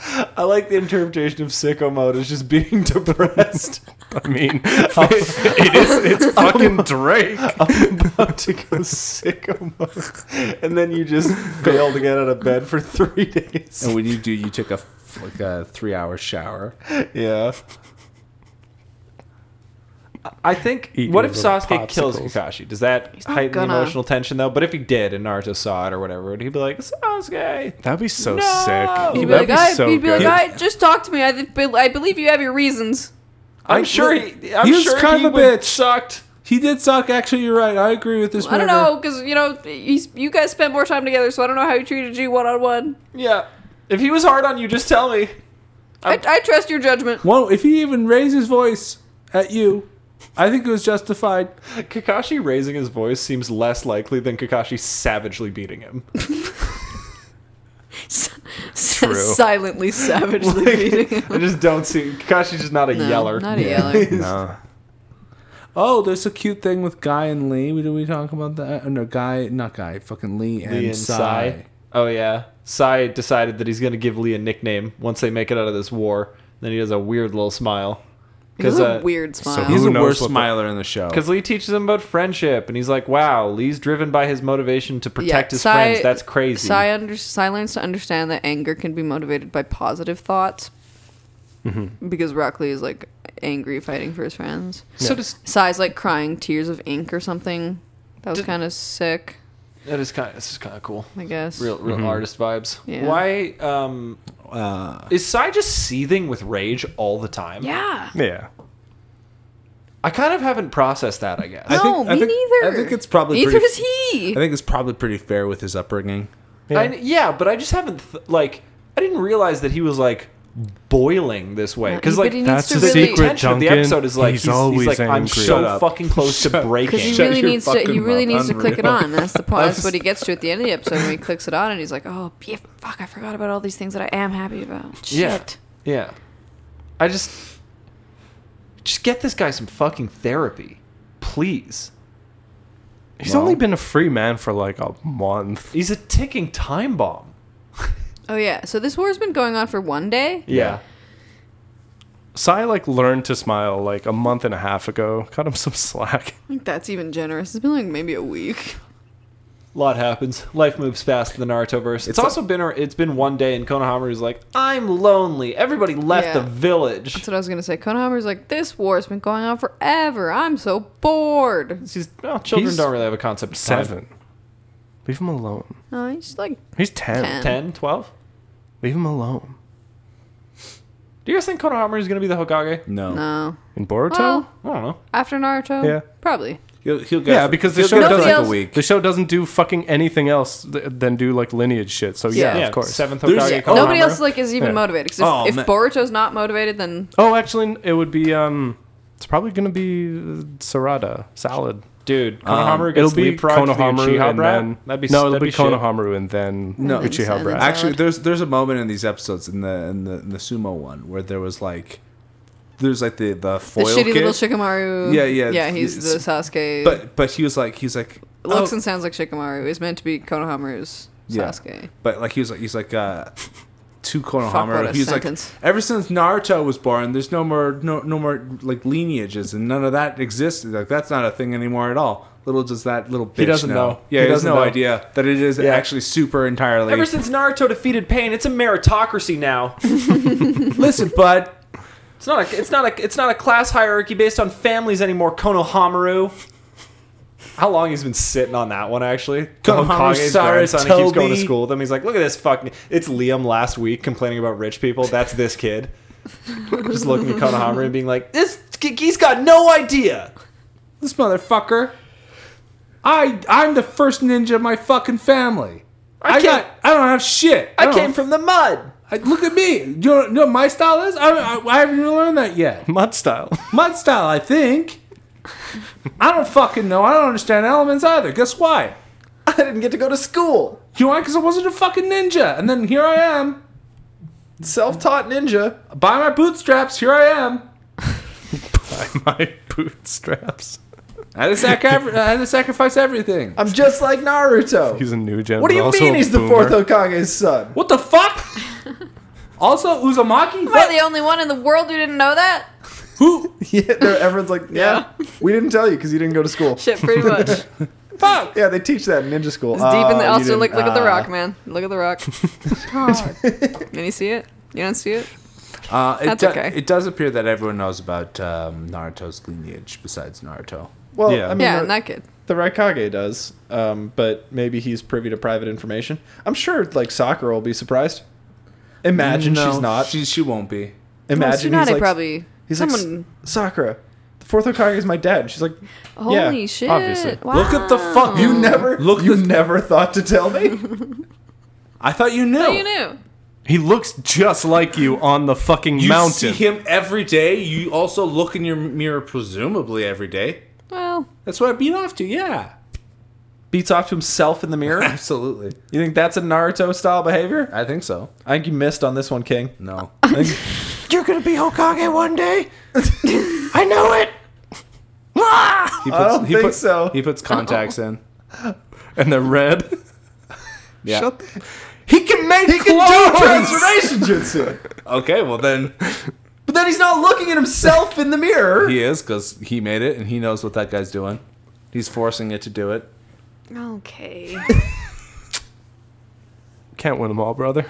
I like the interpretation of sicko mode as just being depressed.
I mean,
Oh.
it is. It's fucking Drake.
I'm about to go sicko mode. And then you just fail to get out of bed for three days.
And when you do, you take a like a three hour shower.
Yeah. I think.
Eat
what if
little
Sasuke kills
popsicles.
Kakashi? Does that
not
heighten
gonna.
the emotional tension, though? But if he did and Naruto saw it or whatever, would he be like, Sasuke?
That'd be so
No!
sick.
he'd be
That'd
like, I,
so
he'd be like
good.
I, just talk to me. I, th- be- I believe you have your reasons.
I'm sure he. I'm
He was
sure
kind
he
of a
would
bitch.
sucked.
He did suck. Actually, you're right. I agree with this.
I don't
murder.
know because you know he's, you guys spent more time together, so I don't know how he treated you one on one.
Yeah. If he was hard on you, just tell me. Um,
I I trust your judgment.
Well, if he even raised his voice at you, I think it was justified.
Kakashi raising his voice seems less likely than Kakashi savagely beating him.
True.
Silently, savagely beating him.
I just don't see Kakashi's just not a
No,
yeller.
Not a yeller.
Nah.
Oh, there's a cute thing with Guy and Lee. Did we talk about that? Oh, no, Guy, not Guy. Fucking Lee and,
Lee and
Sai.
Sai. Oh yeah, Sai decided that he's gonna give Lee a nickname once they make it out of this war. Then he does a weird little smile because
Because
uh,
a weird smile.
who-
He's the
knows
worst
what the-
smiler in the show.
Lee teaches him about friendship, and he's like, "Wow, Lee's driven by his motivation to protect his
Sai-
friends. That's crazy."
Sai, under, Sai learns to understand that anger can be motivated by positive thoughts.
Mm-hmm.
Because Rock Lee is like angry fighting for his friends.
so does
Sai's like crying tears of ink or something. That was kind of sick,
that is kind of this is kind of cool.
I guess.
Real, real artist vibes.
Yeah.
Why um,
Uh,
is Sai just seething with rage all the time?
Yeah.
Yeah.
I kind of haven't processed that. I guess.
I
no,
think-
me
I think- I
neither.
think it's probably
neither
pretty-
is he.
I think it's probably pretty fair with his upbringing.
Yeah, I, yeah but I just haven't th- like I didn't realize that he was like boiling this way
No,
because
but
like
he needs
that's
to
the
really-
secret tension of the
Duncan,
episode is like
he's
he's, he's,
always
like I'm
angry.
so
Shut up.
fucking close to
Because he
breaking.
Shut
really
your
needs to. He
fucking
really
mouth.
needs to click it
Unreal.
on. That's the pro-
I'm
That's what he gets to at the end of the episode when he clicks it on and he's like, "Oh, yeah, fuck! I forgot about all these things that I am happy about." Shit.
Yeah. Yeah, I just just get this guy some fucking therapy, please.
He's
Well.
only been a free man for like a month.
He's a ticking time bomb.
Oh yeah. So this war's been going on for one day.
Yeah,
Sai like learned to smile like a month and a half ago. Cut him some slack.
I think that's even generous. It's been like maybe a week.
a lot happens. Life moves fast in the Naruto verse. It's,
It's a-
also been a- it's been one day, and Konohamaru's like, I'm lonely. Everybody left
Yeah.
the village.
That's what I was gonna say. Konohamaru's like, this war's been going on forever. I'm so bored.
He's, well, children
He's
don't really have a concept of time.
Seven. Leave him alone.
Oh, he's like,
He's ten.
Ten.
10, 12?
Leave him alone.
Do you guys think Konohamaru is going to be the Hokage?
No.
no.
In Boruto?
Well,
I don't know.
after Naruto,
Yeah.
probably.
He'll, he'll get
Yeah, because the
he'll
show
get
Nobody
doesn't
like
else-
a week.
the show doesn't do fucking anything else th- than do like lineage shit. So yeah,
Yeah.
of course.
Seventh
There's-
Hokage.
Yeah.
Konohamaru.
Nobody else like is even
Yeah.
motivated. 'cause
Oh,
if,
man.
if Boruto's not motivated, then
Oh, actually, it would be um. It's probably gonna be uh, Sarada salad.
Dude, Konohamaru gets
Um, it'll be
leapfrogged for the
Konohamaru
Uchiha
and
brat?
then
That'd be
no, it'll
that'd
be
shit.
Konohamaru and then
No.
Uchiha
Silence.
brat.
Actually,
Salad.
there's there's a moment in these episodes in the in the, in the sumo one where there was like there's like the the
the
foil
shitty
kid,
little Shikamaru.
Yeah, yeah,
yeah. He's
it's-
the Sasuke.
but but he was like he's like
looks
oh,
and sounds like Shikamaru. He's meant to be Konohamaru's
Yeah.
Sasuke.
but like he was like he's like uh to
Fuck, what
Konohamaru
a
he was
sentence.
like ever since Naruto was born there's no more no no more like lineages and none of that exists like that's not a thing anymore at all little does that little bitch
He doesn't know.
yeah
He
he, has
doesn't
no
know.
idea that it is
Yeah.
actually super entirely
Ever since Naruto defeated Pain, it's a meritocracy now.
listen bud
It's not a it's not a it's not a class hierarchy based on families anymore. Konohamaru. How long he's been sitting on that one actually? The
Konohamaru,
Hokage's
Sarah,
grandson, he keeps going to
Toby.
school with him. He's like, look at this fucking. It's Liam last week complaining about rich people. That's this kid. Just looking at Konohamaru and being like, this he's got no idea.
This motherfucker. I I'm the first ninja in my fucking family. I,
can't-
got I don't have shit.
I
don't-
came from the mud.
I, look at me. You know, you know what my style is? I, I, I haven't even learned that yet.
Mud style.
Mud style, I think. I don't fucking know. I don't understand elements either. Guess why?
I didn't get to go to school.
You know why? Because I wasn't a fucking ninja. And then here I am.
Self-taught ninja.
By my bootstraps, here I am.
By my bootstraps.
I had to, sacri- I had to sacrifice everything.
I'm just like Naruto.
He's a new gen.
what do
but
you
also
mean
a
he's the
boomer.
fourth Hokage's son?
What the fuck? also, Uzumaki?
Am I the only one in the world who didn't know that?
Who?
Yeah, they're- everyone's like, yeah, we didn't tell you because you didn't go to school.
Shit, pretty much. It's
Fuck!
Yeah, they teach that in ninja school. Ah, It's
deep in the. Also, look, look at the rock, man. Look at the rock. Can you see it? You don't see it?
Uh, it
That's
do-
okay.
It does appear that everyone knows about um, Naruto's lineage besides Naruto.
Well,
Yeah.
I mean, uh,
Yeah,
the,
and that kid.
the Raikage does, um, but maybe he's privy to private information. I'm sure, like Sakura will be surprised. Imagine
No,
she's not.
She she won't be.
Imagine
well,
he's
Tsunade
like,
probably.
he's like,
someone.
"S- Sakura, the fourth Hokage is my dad. And she's like, yeah,
holy shit!
obviously.
Wow.
Look at the fuck
you never,
Look,
look, you
this-
never thought to tell me.
I thought you knew.
Oh, you knew.
He looks just like you on the fucking
You see
mountain.
him every day. You also look in your mirror, presumably every day.
Well,
That's what I beat off to. Yeah,
Beats off to himself in the mirror.
absolutely.
You think that's a Naruto style behavior?
I think so.
I think you missed on this one, King.
No.
I think-
You're gonna be Hokage one day. I know it. Ah!
He puts,
don't
he
think
puts,
so.
He puts contacts in.
and they're red.
Yeah.
Shut the- He can make he
transformation jutsu.
Okay. Well then,
But then he's not looking at himself in the mirror.
he is because he made it and he knows what that guy's doing. He's forcing it to do it.
okay.
Can't win them all, brother.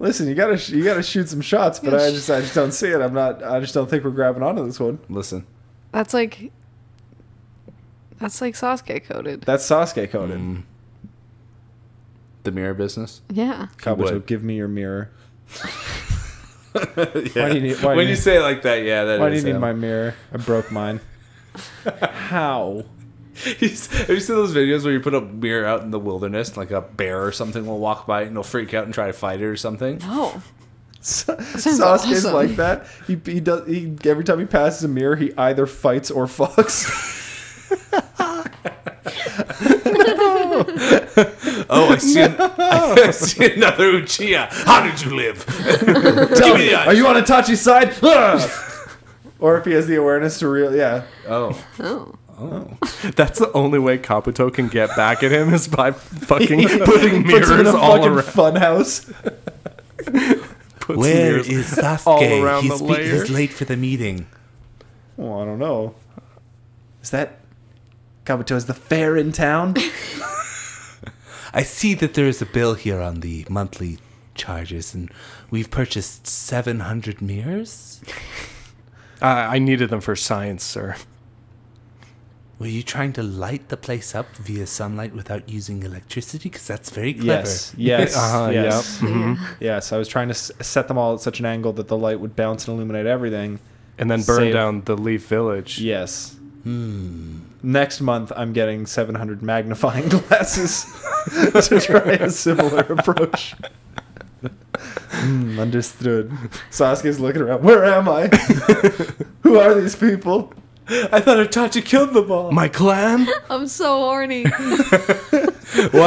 Listen, you gotta sh- you gotta shoot some shots, but I just I just don't see it. I'm not. I just don't think we're grabbing onto this one.
Listen.
That's like. That's like Sasuke coded.
That's Sasuke coded.
Mm, The mirror business.
Yeah.
Kabuto,
would.
give me your mirror.
Yeah.
do you need- why do
when
you-
you, say it like that, yeah, that
Why do you
is um,
need
him.
my mirror? I broke mine. How?
He's- have you seen those videos where you put a mirror out in the wilderness, and like a bear or something will walk by and they'll freak out and try to fight it or something?
No.
Sa-
sounds
Sasuke's
awesome.
like that. He, he does. He every time he passes a mirror, he either fights or fucks.
Oh, I see, an- I see another Uchiha. How did you live?
Tell
Give me
me,
the
are
eyes.
you on a touchy side? or if he has the awareness to real, yeah.
Oh,
Oh.
That's the only way Kabuto can get back at him is by fucking putting mirrors all around.
funhouse.
Puts mirrors.
Sasuke?
all around He's the be- he's layers.
late for the meeting.
Well, I don't know. Is that Kabuto? Is the fair in town?
I see that there is a bill here on the monthly charges, and we've purchased seven hundred mirrors.
Uh, I needed them for science, sir.
Were you trying to light the place up via sunlight without using electricity? Because that's very clever.
yes, yes,
Uh-huh,
yes,
yep.
Yeah.
yes. I was trying to s- set them all at such an angle that the light would bounce and illuminate everything,
and then burn
Save.
down the Leaf Village.
Yes. Hmm. Next month, I'm getting 700 magnifying glasses to try a similar approach. Hmm, understood. Sasuke's looking around. Where am I? Who are these people? I thought Itachi killed them all.
My clan?
I'm so horny.
Why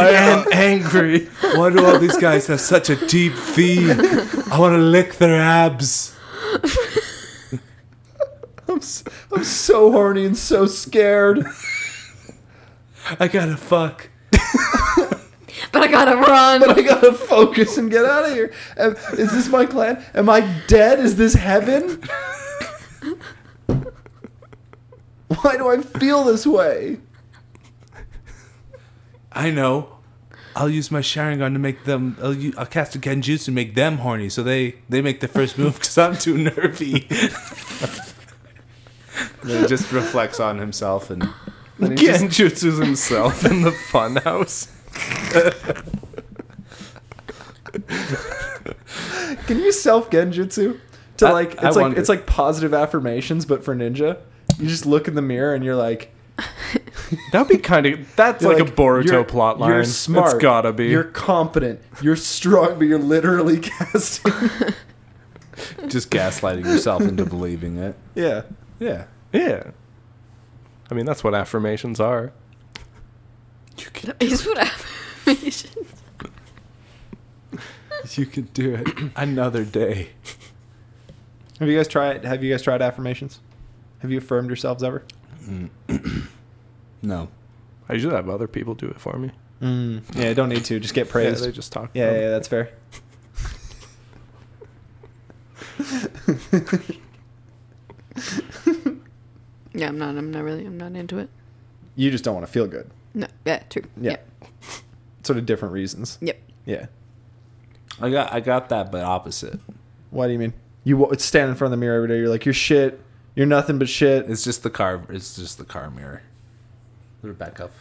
am I angry?
Why do all these guys have such a deep feed? I want to lick their abs.
I'm, s- I'm so horny and so scared.
I gotta fuck.
but I gotta run.
I gotta focus and get out of here. Am- Is this my clan? Am I dead? Is this heaven? Why do I feel this way?
I know. I'll use my Sharingan to make them. I'll, u- I'll cast a Genjutsu to make them horny, so they they make the first move because I'm too nervy. Then he just reflects on himself and
Genjutsu himself in the funhouse.
Can you self genjutsu? To
I-
like it's
I
like
wonder.
it's like positive affirmations, but for ninja. You just look in the mirror and you're like,
That'd be kind of. That's
you're
like, a
you're-
Boruto plot line.
You're smart.
It's gotta be.
You're competent. You're strong, but you're literally casting.
just gaslighting yourself into believing it.
yeah.
Yeah,
Yeah. I mean, that's what affirmations are.
you can
Is what affirmations.
you can do it another day.
Have you guys tried? Have you guys tried affirmations? Have you affirmed yourselves ever?
Mm. No,
I usually have other people do it for me.
Mm, yeah, don't need to. Just get praised.
Yeah, they just talk.
Yeah,
about
yeah,
it.
yeah, that's fair.
Yeah, I'm not. I'm not really. I'm not into it.
You just don't want to feel good.
No. Yeah. True.
Yeah.
Yep.
Sort of different reasons.
Yep.
Yeah.
I got I got that, but opposite.
Why do you mean? You wa- stand in front of the mirror every day. You're like, you're shit. You're nothing but shit.
It's just the car. It's just the car mirror. Put it back up.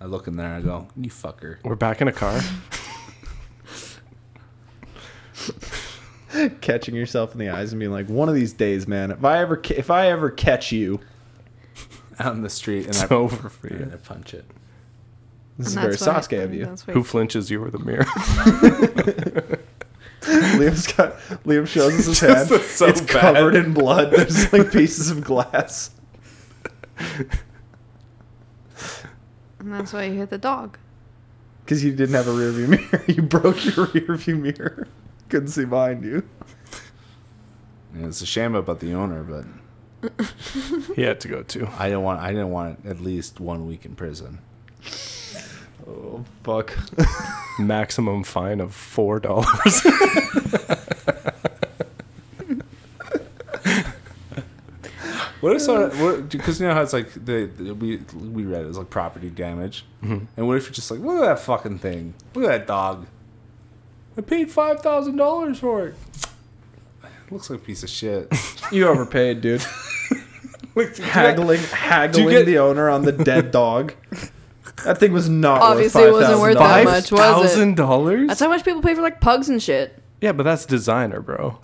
I look in there. I go, you fucker.
We're back in a car.
Catching yourself in the eyes and being like, one of these days, man. If I ever, ca- if I ever catch you,
Out in the street, and
It's
I,
over for
and I
you.
punch it.
this is
And
very
that's what I-
Sasuke of you.
that's what-
Who flinches you or the mirror?
Liam's got, Liam shows us his hand.
Just so
it's
bad.
covered in blood. There's like pieces of glass.
And that's why you hit the dog.
Because you didn't have a rear view mirror. You broke your rear view mirror. Couldn't see behind you.
And it's a shame about the owner, but
he had to go too.
I don't want. I didn't want at least one week in prison.
Oh, fuck.
Maximum fine of four dollars.
What if someone? Because you know how it's like the, the- we we read it, it was like property damage, and what if you're just like, look at that fucking thing, look at that dog. I paid five thousand dollars for it. Looks like a piece of shit.
You overpaid, dude.
Like,
haggling, haggling
get-
the owner on the dead dog. That thing was not
Obviously, it
worth
wasn't worth that
$5,000.
much, was it?
dollars?
That's how much people pay for like pugs and shit.
Yeah, but that's designer, bro.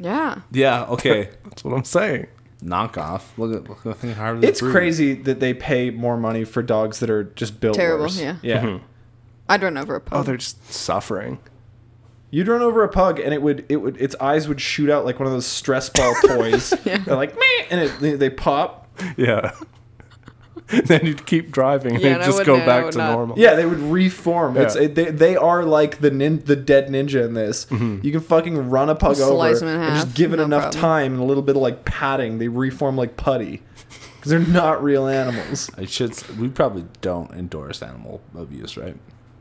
Yeah.
yeah, okay,
That's what I'm saying.
knockoff. Look at look at the thing. Harvey
It's
Brew.
crazy that they pay more money for dogs that are just built
Terrible,
worse.
yeah.
yeah.
I'd run over a
Oh,
pug.
they're just suffering.
You'd run over a pug and it would it would its eyes would shoot out like one of those stress ball toys.
Yeah.
They're like meh, and it, they- they pop.
Yeah. then you'd keep driving and
Yeah,
it'd
and I
just
would
go
not- I
back
would
to
not.
normal.
Yeah, they would reform. It's
Yeah.
it, they, they are like the nin, the dead ninja in this. You can fucking run a pug
Slice
over
them in
and just
half,
give it
no
enough
problem.
time and a little bit of like padding. They reform like putty because they're not real animals.
It should. s- We probably don't endorse animal abuse, right?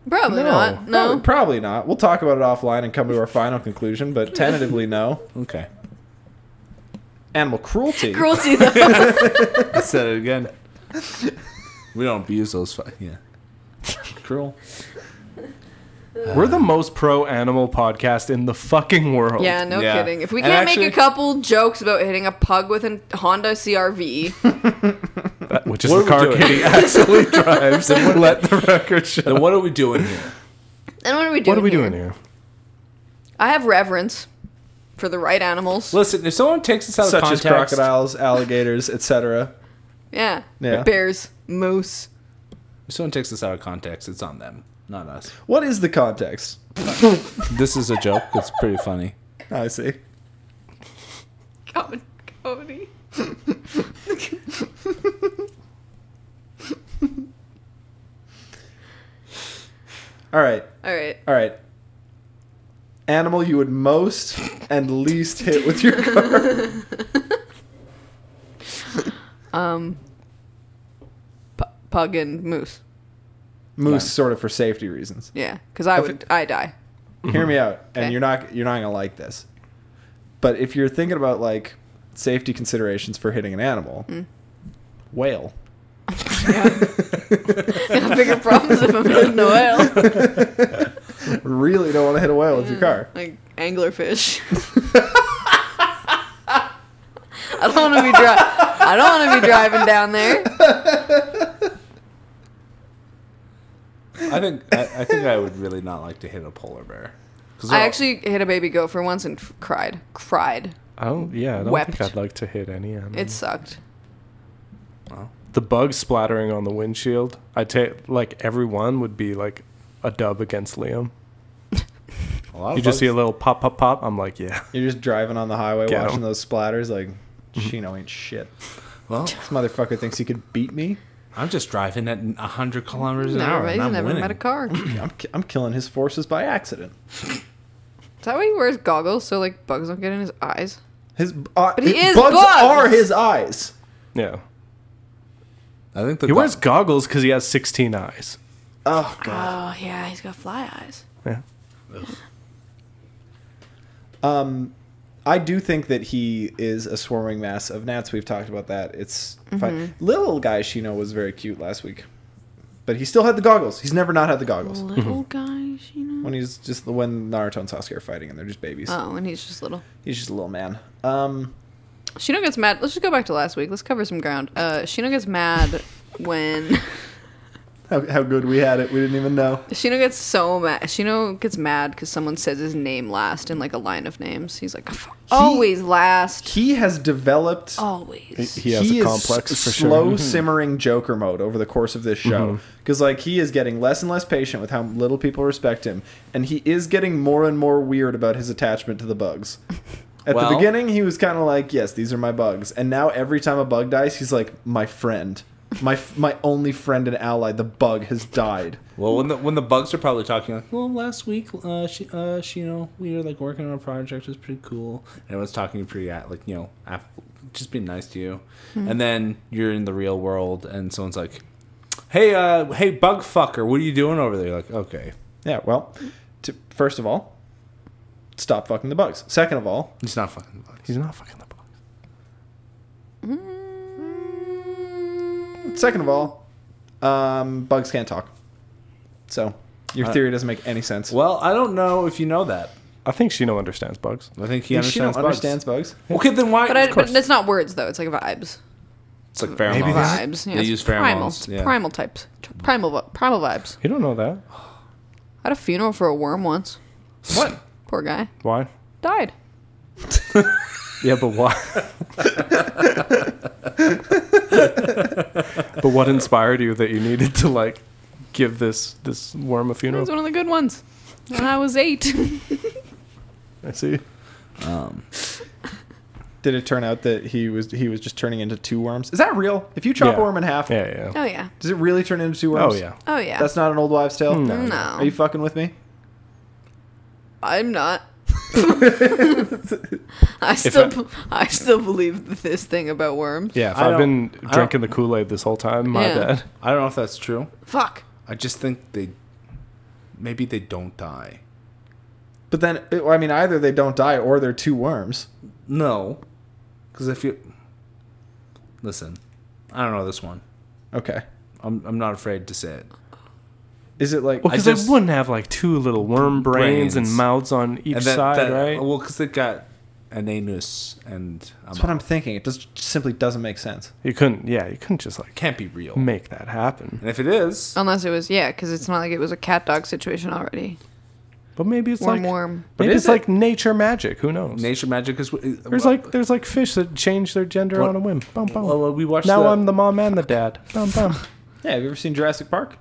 Probably not. No.
probably, probably not. We'll talk about it offline and come to our final conclusion, but tentatively, no.
Okay,
Animal cruelty.
Cruelty though.
I said it again. We don't abuse those. Fu- yeah,
cruel.
We're the most pro animal podcast in the fucking world.
yeah, no
Yeah.
kidding. If we
And
can't
actually-
make a couple jokes about hitting a pug with a Honda CRV,
That- which is
What
the
are
car
we doing?
Katie actually drives. Let the record show.
Then what are we doing here?
then what are we doing?
What are we doing here?
I have reverence. for the right animals.
Listen, if someone takes this out
Such
of
as
context,
crocodiles, alligators, etc.
Yeah.
Yeah.
Bears, moose.
if someone takes this out of context, it's on them, not us.
What is the context?
This is a joke. It's pretty funny.
I see.
Common comedy.
All right.
All right.
All right. Animal you would most and least hit with your car.
Um. P- pug and moose.
Moose, sort of for safety reasons.
Yeah, because I
If
would I die.
Hear me out, and
Okay.
you're not you're not gonna like this. But if you're thinking about like safety considerations for hitting an animal,
Mm.
whale.
I have bigger problems if I'm hitting the whale.
really don't want to hit a whale with
Mm.
your car.
Like anglerfish. I don't want to be dri- I don't want to be driving down there.
I think I, I think I would really not like to hit a polar bear. 'Cause
I
they're-
actually hit a baby gopher once and f- cried. Cried.
I don't. Yeah, I don't
Wept.
think I'd like to hit any animal.
Mm.
It sucked.
the bug splattering on the windshield. I take like everyone would be like a dub against Liam.
a lot of
You just see a
bugs-
little pop, pop, pop. I'm like, yeah.
You're just driving on the highway,
Get 'em.
watching those splatters. Like, Chino ain't shit.
Well,
This motherfucker thinks he could beat me.
I'm just driving at 100 kilometers an
Never,
hour.
he's
And I'm
never
winning.
met a car. Is
I'm, ki- I'm killing his forces by accident.
that why he wears goggles so like bugs don't get in his eyes?
His uh,
But he
his
is
bugs,
bugs!
are his eyes.
Yeah.
I think the
He wears
go-
goggles because he has 16 eyes.
Oh god.
Oh yeah, he's got fly eyes.
Yeah.
Um, I do think that he is a swarming mass of gnats. We've talked about that. It's fine. Little guy Shino was very cute last week, but he still had the goggles. He's never not had the goggles.
Little
Mm-hmm.
guys, you know.
When he's just when Naruto and Sasuke are fighting and they're just babies,
Oh, and he's just little.
he's just a little man. Um,
Shino gets mad. Let's just go back to last week. Let's cover some ground. Uh, Shino gets mad when
how, how good we had it, we didn't even know.
Shino gets so mad. Shino gets mad because someone says his name last in like a line of names. He's like, "F- always last,
He has
Oh,
developed.
always.
He has
he
a
is
complex
s-
for
slow
sure. Mm-hmm.
simmering Joker mode over the course of this show because like he is getting less and less patient with how little people respect him, and he is getting more and more weird about his attachment to the bugs. At
Well-
the beginning, he was kind of like, "Yes, these are my bugs," and now every time a bug dies, he's like, "My friend, my f- my only friend and ally, the bug has died."
Well, when the when the bugs are probably talking like, well, last week, uh, she, uh, she, you know, we were like working on a project. It was pretty cool. And everyone's talking pretty at like, you know, app, just being nice to you.
Hmm.
And then you're in the real world, and someone's like, hey, uh, hey, bug fucker, what are you doing over there? You're like, okay,
Yeah, well, to, first of all, stop fucking the bugs. Second of all,
it's not fucking bugs.
He's not fucking the bug.
Second of all, um, bugs can't talk. So
Uh,
your theory doesn't make any sense.
Well, I don't know if you know that.
I think Shino understands bugs.
I think he
He
understands
understands,
bugs.
understands bugs.
Okay, then why?
But, I, but it's not words though. It's like vibes.
it's like pheromones.
Maybe that's-
Vibes. Yeah,
They
it's
use
primal.
pheromones,
It's
yeah.
Primal types. Primal. vi- Primal vibes.
You don't know that.
I had a funeral for a worm once.
What?
Poor guy
Why?
died.
Yeah, but why? but what inspired you that you needed to like give this this worm a
It was
funeral?
one of the good ones. When I was eight.
I see.
Um,
Did it turn out that he was he was just turning into two worms? Is that real? If you chop
Yeah.
a worm in half,
Yeah, yeah.
oh yeah.
does it really turn into two worms?
Oh yeah.
Oh yeah.
That's not an old wives' tale.
No.
no.
Are you fucking with me?
I'm not. I still, b- I, still believe this thing about worms.
Yeah, if
I
I've been
don't- I don't-
drinking the Kool Aid this whole time, my
Yeah.
bad.
I don't know if that's true.
Fuck.
I just think they, maybe they don't die.
But then, I mean, either they don't die or they're two worms.
No, because if you listen, I don't know this one.
Okay.
I'm I'm not afraid to say it.
Is it like
Well,
I
because they
just-
wouldn't have like two little worm brains, and
Brains.
mouths on each
And that-
side,
that-
right?
Well, because they got an anus, and um,
that's what I'm thinking? It just simply doesn't make sense.
You couldn't, yeah, you couldn't just like
can't be real.
make that happen.
And if it is,
Unless it was yeah, because it's not like it was a cat dog situation already.
But maybe it's
Worm
like
worm.
maybe
But is
it's like nature magic. Who knows?
Nature Magic is.
Oh. there's like there's like fish that change their gender
What-
on a whim. Bum, bum.
Well, we watched.
now
the,
I'm the mom and the dad. Bum, bum.
Yeah, have you ever seen Jurassic Park?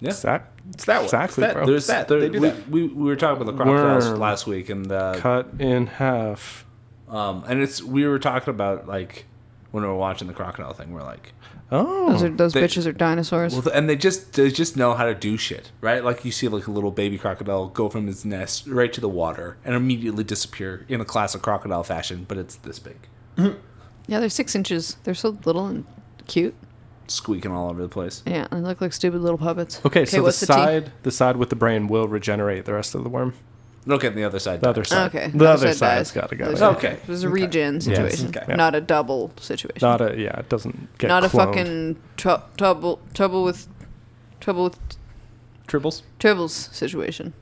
Yeah.
Zach,
It's that one.
Exactly,
it's that,
bro.
There's
that.
that.
Oh, They do
we,
that.
We, we were talking about the crocodiles
Worm.
last week, and uh,
cut in half.
um, and it's we were talking about like when we were watching the crocodile thing, we're like,
Oh,
Those are those
They-
bitches are dinosaurs.
well, and they just they just know how to do shit, right? Like you see like a little baby crocodile go from his nest right to the water and immediately disappear in a classic crocodile fashion, but it's this big,
yeah, they're six inches. They're so little and cute.
squeaking all over the place.
Yeah, they look like stupid little puppets.
okay. So the
what's T?
side, the, side with the brain will regenerate the rest of the worm.
Look at the other side.
The other side,
Okay,
the other
side
side's
dies.
got to go.
The other
yeah.
side-
Okay.
It was a regen situation,
Okay.
Yeah.
not a double situation.
Not a yeah. It doesn't get
Not a
cloned.
fucking trou- trouble trouble with trouble with
Tribbles.
troubles situation.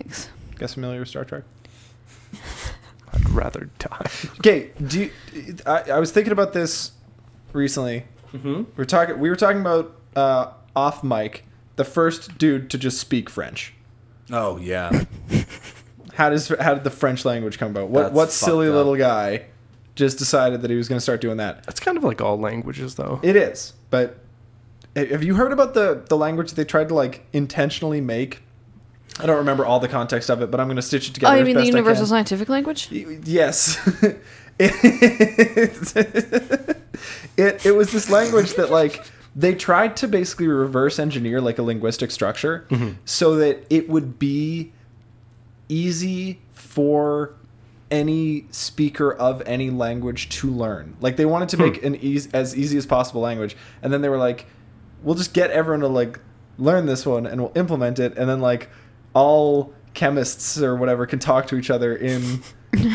Thanks.
Guys familiar with Star Trek?
I'd rather die.
Okay, do you, I, I was thinking about this recently.
Mm-hmm.
We We're talking. We were talking about uh, off mic. The first dude to just speak French.
Oh yeah,
How does how did the French language come about? What
That's
what
fucked
silly
up.
little guy just decided that he was going to start doing that?
That's kind of like all languages though.
It is, but ha- have you heard about the the language that they tried to like intentionally make? I don't remember all the context of it, but I'm going to stitch it
Oh,
together.
you
as
mean the
best I can.
universal scientific language?
Yes. it, it, was this language that, like, they tried to basically reverse engineer, like, a linguistic structure so that it would be easy for any speaker of any language to learn. Like, they wanted to make an eas as easy as possible language. And then they were like, we'll just get everyone to, like, learn this one and we'll implement it. And then, like, all chemists or whatever can talk to each other in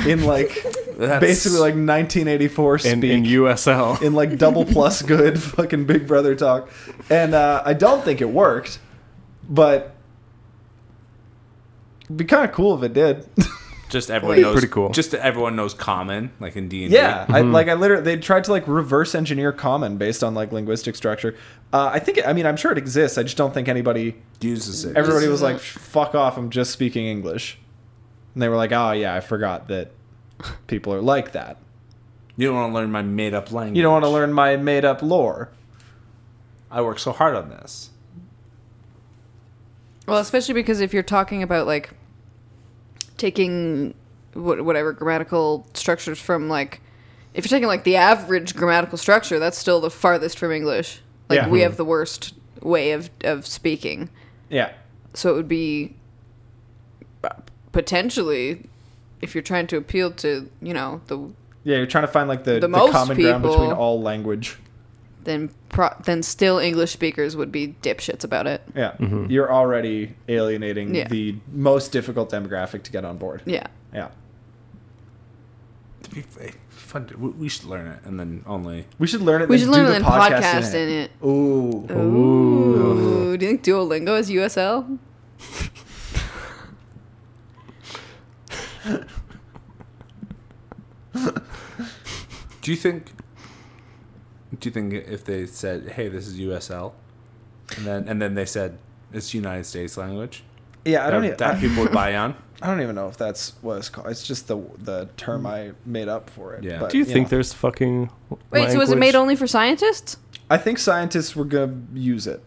in like
That's-
basically like 1984 speak
In,
in,
in USL,
like double plus good fucking Big Brother talk, and uh, I don't think it worked, but it'd be kind of cool if it did.
just everyone
Wait.
knows.
Pretty cool.
Just everyone knows common, like in D and
yeah, I, like I literally they tried to like reverse engineer common based on like linguistic structure. Uh, I think it, I mean I'm sure it exists. I just don't think anybody
uses it.
everybody
Just-
was like fuck off. I'm just speaking English, and they were like oh yeah I forgot that people are like that.
you don't want to learn my made up language.
You don't want to learn my made up lore.
I work so hard on this.
Well, especially because if you're talking about like taking wh- whatever grammatical structures from like, if you're taking like the average grammatical structure, that's still the farthest from English. Like
Yeah. Hmm.
we have the worst way of of speaking,
Yeah.
so it would be uh, potentially if you're trying to appeal to you know the
Yeah, you're trying to find like the,
The
the,
most
common ground between
people-
all language.
then pro- then still English speakers would be dipshits about it.
Yeah.
Mm-hmm.
You're already alienating
Yeah.
the most difficult demographic to get on board.
Yeah.
Yeah.
It'd be f- fun. to- we- We should learn it, and then only
We should learn it.
We
then
should
do
learn
the
it in
podcast,
podcast in it.
it. Ooh.
Ooh. Do you think Duolingo is USL?
Do you think? Do you think if they said, "Hey, this is USL," and then and then they said it's United States language,
Yeah, I don't
that,
even
that
I,
people would buy on?
I don't even know if that's what it's called. It's just the the term I made up for it.
Yeah.
But,
do you think
know.
there's fucking?
Wait, so was it made
language?
only for scientists?
I think scientists were gonna use it.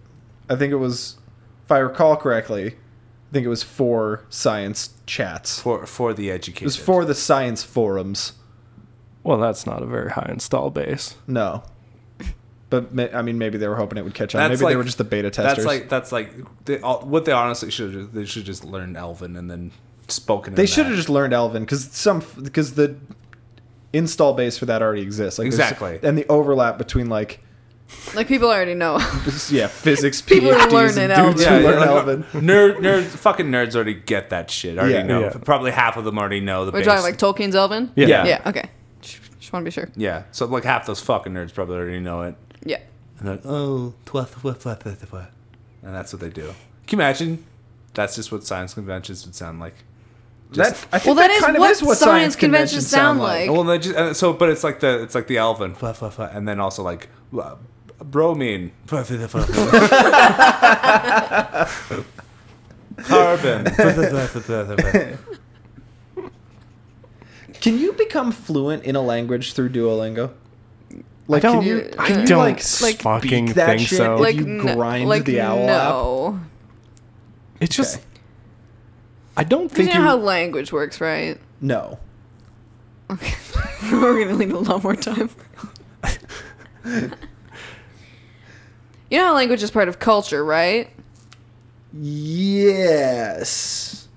I think it was if I recall correctly, I think it was for science chats.
for for the
It
education?
was for the science forums.
Well, that's not a very high install base.
No. But ma- I mean, maybe they were hoping it would catch on.
That's
maybe
like-
they were just the beta testers.
that's like that's like they, all, what they honestly should have- they should just learn Elvin and then spoken.
they
in
should
that.
have just learned Elvin because some because the install base for that already exists. Like there's-
Exactly.
and the overlap between like
Like people already know.
yeah physics
People are
PhDs
learning
and dudes
Yeah,
who
yeah,
learn
like,
Elvin.
nerd, nerds, fucking nerds already get that shit. Already
Yeah.
know.
Yeah.
Probably half of them already know the.
We're
base.
talking like Tolkien's Elven.
Yeah.
Yeah.
Yeah. Okay. Just, just want to be sure.
yeah. So like half those fucking nerds probably already know it.
Yeah.
And they're like, oh, twelfth, twelfth, twelfth, twelfth, twelfth." And that's what they do. Can you imagine? That's just what science conventions would sound like.
That, I think
Well, that is
kind of
what science
science
conventions sound like.
Well, they just, uh, so, but it's like the it's like the Alvin, "Twelfth, twelfth, twelfth," and then also like uh, bromine. "Twelfth, twelfth, twelfth, twelfth." Carbon.
Can you become fluent in a language through Duolingo? Like,
don't-
can you,
I
can you
don't
like,
like,
speak
fucking
that
think
shit Oh,
so.
if
Like,
you
no-
grind
like,
the owl app?
no.
It's just
Okay.
I don't
You
think
know
you.
how language works, right?
No.
Okay. We're gonna need a lot more time. you know how language is part of culture, right?
Yes.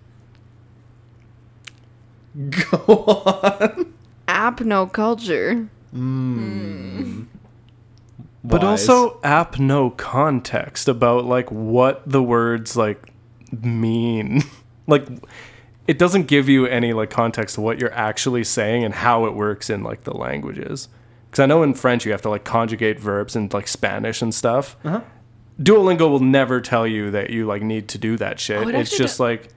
Go on.
App no culture.
but
Wise.
also app no context about like what the words like mean like it doesn't give you any like context to what you're actually saying and how it works in like the languages because i know in french you have to like conjugate verbs and like spanish and stuff
Uh-huh.
duolingo will never tell you that you like need to do that shit
Oh, it
it's
actually
just
do-
like
It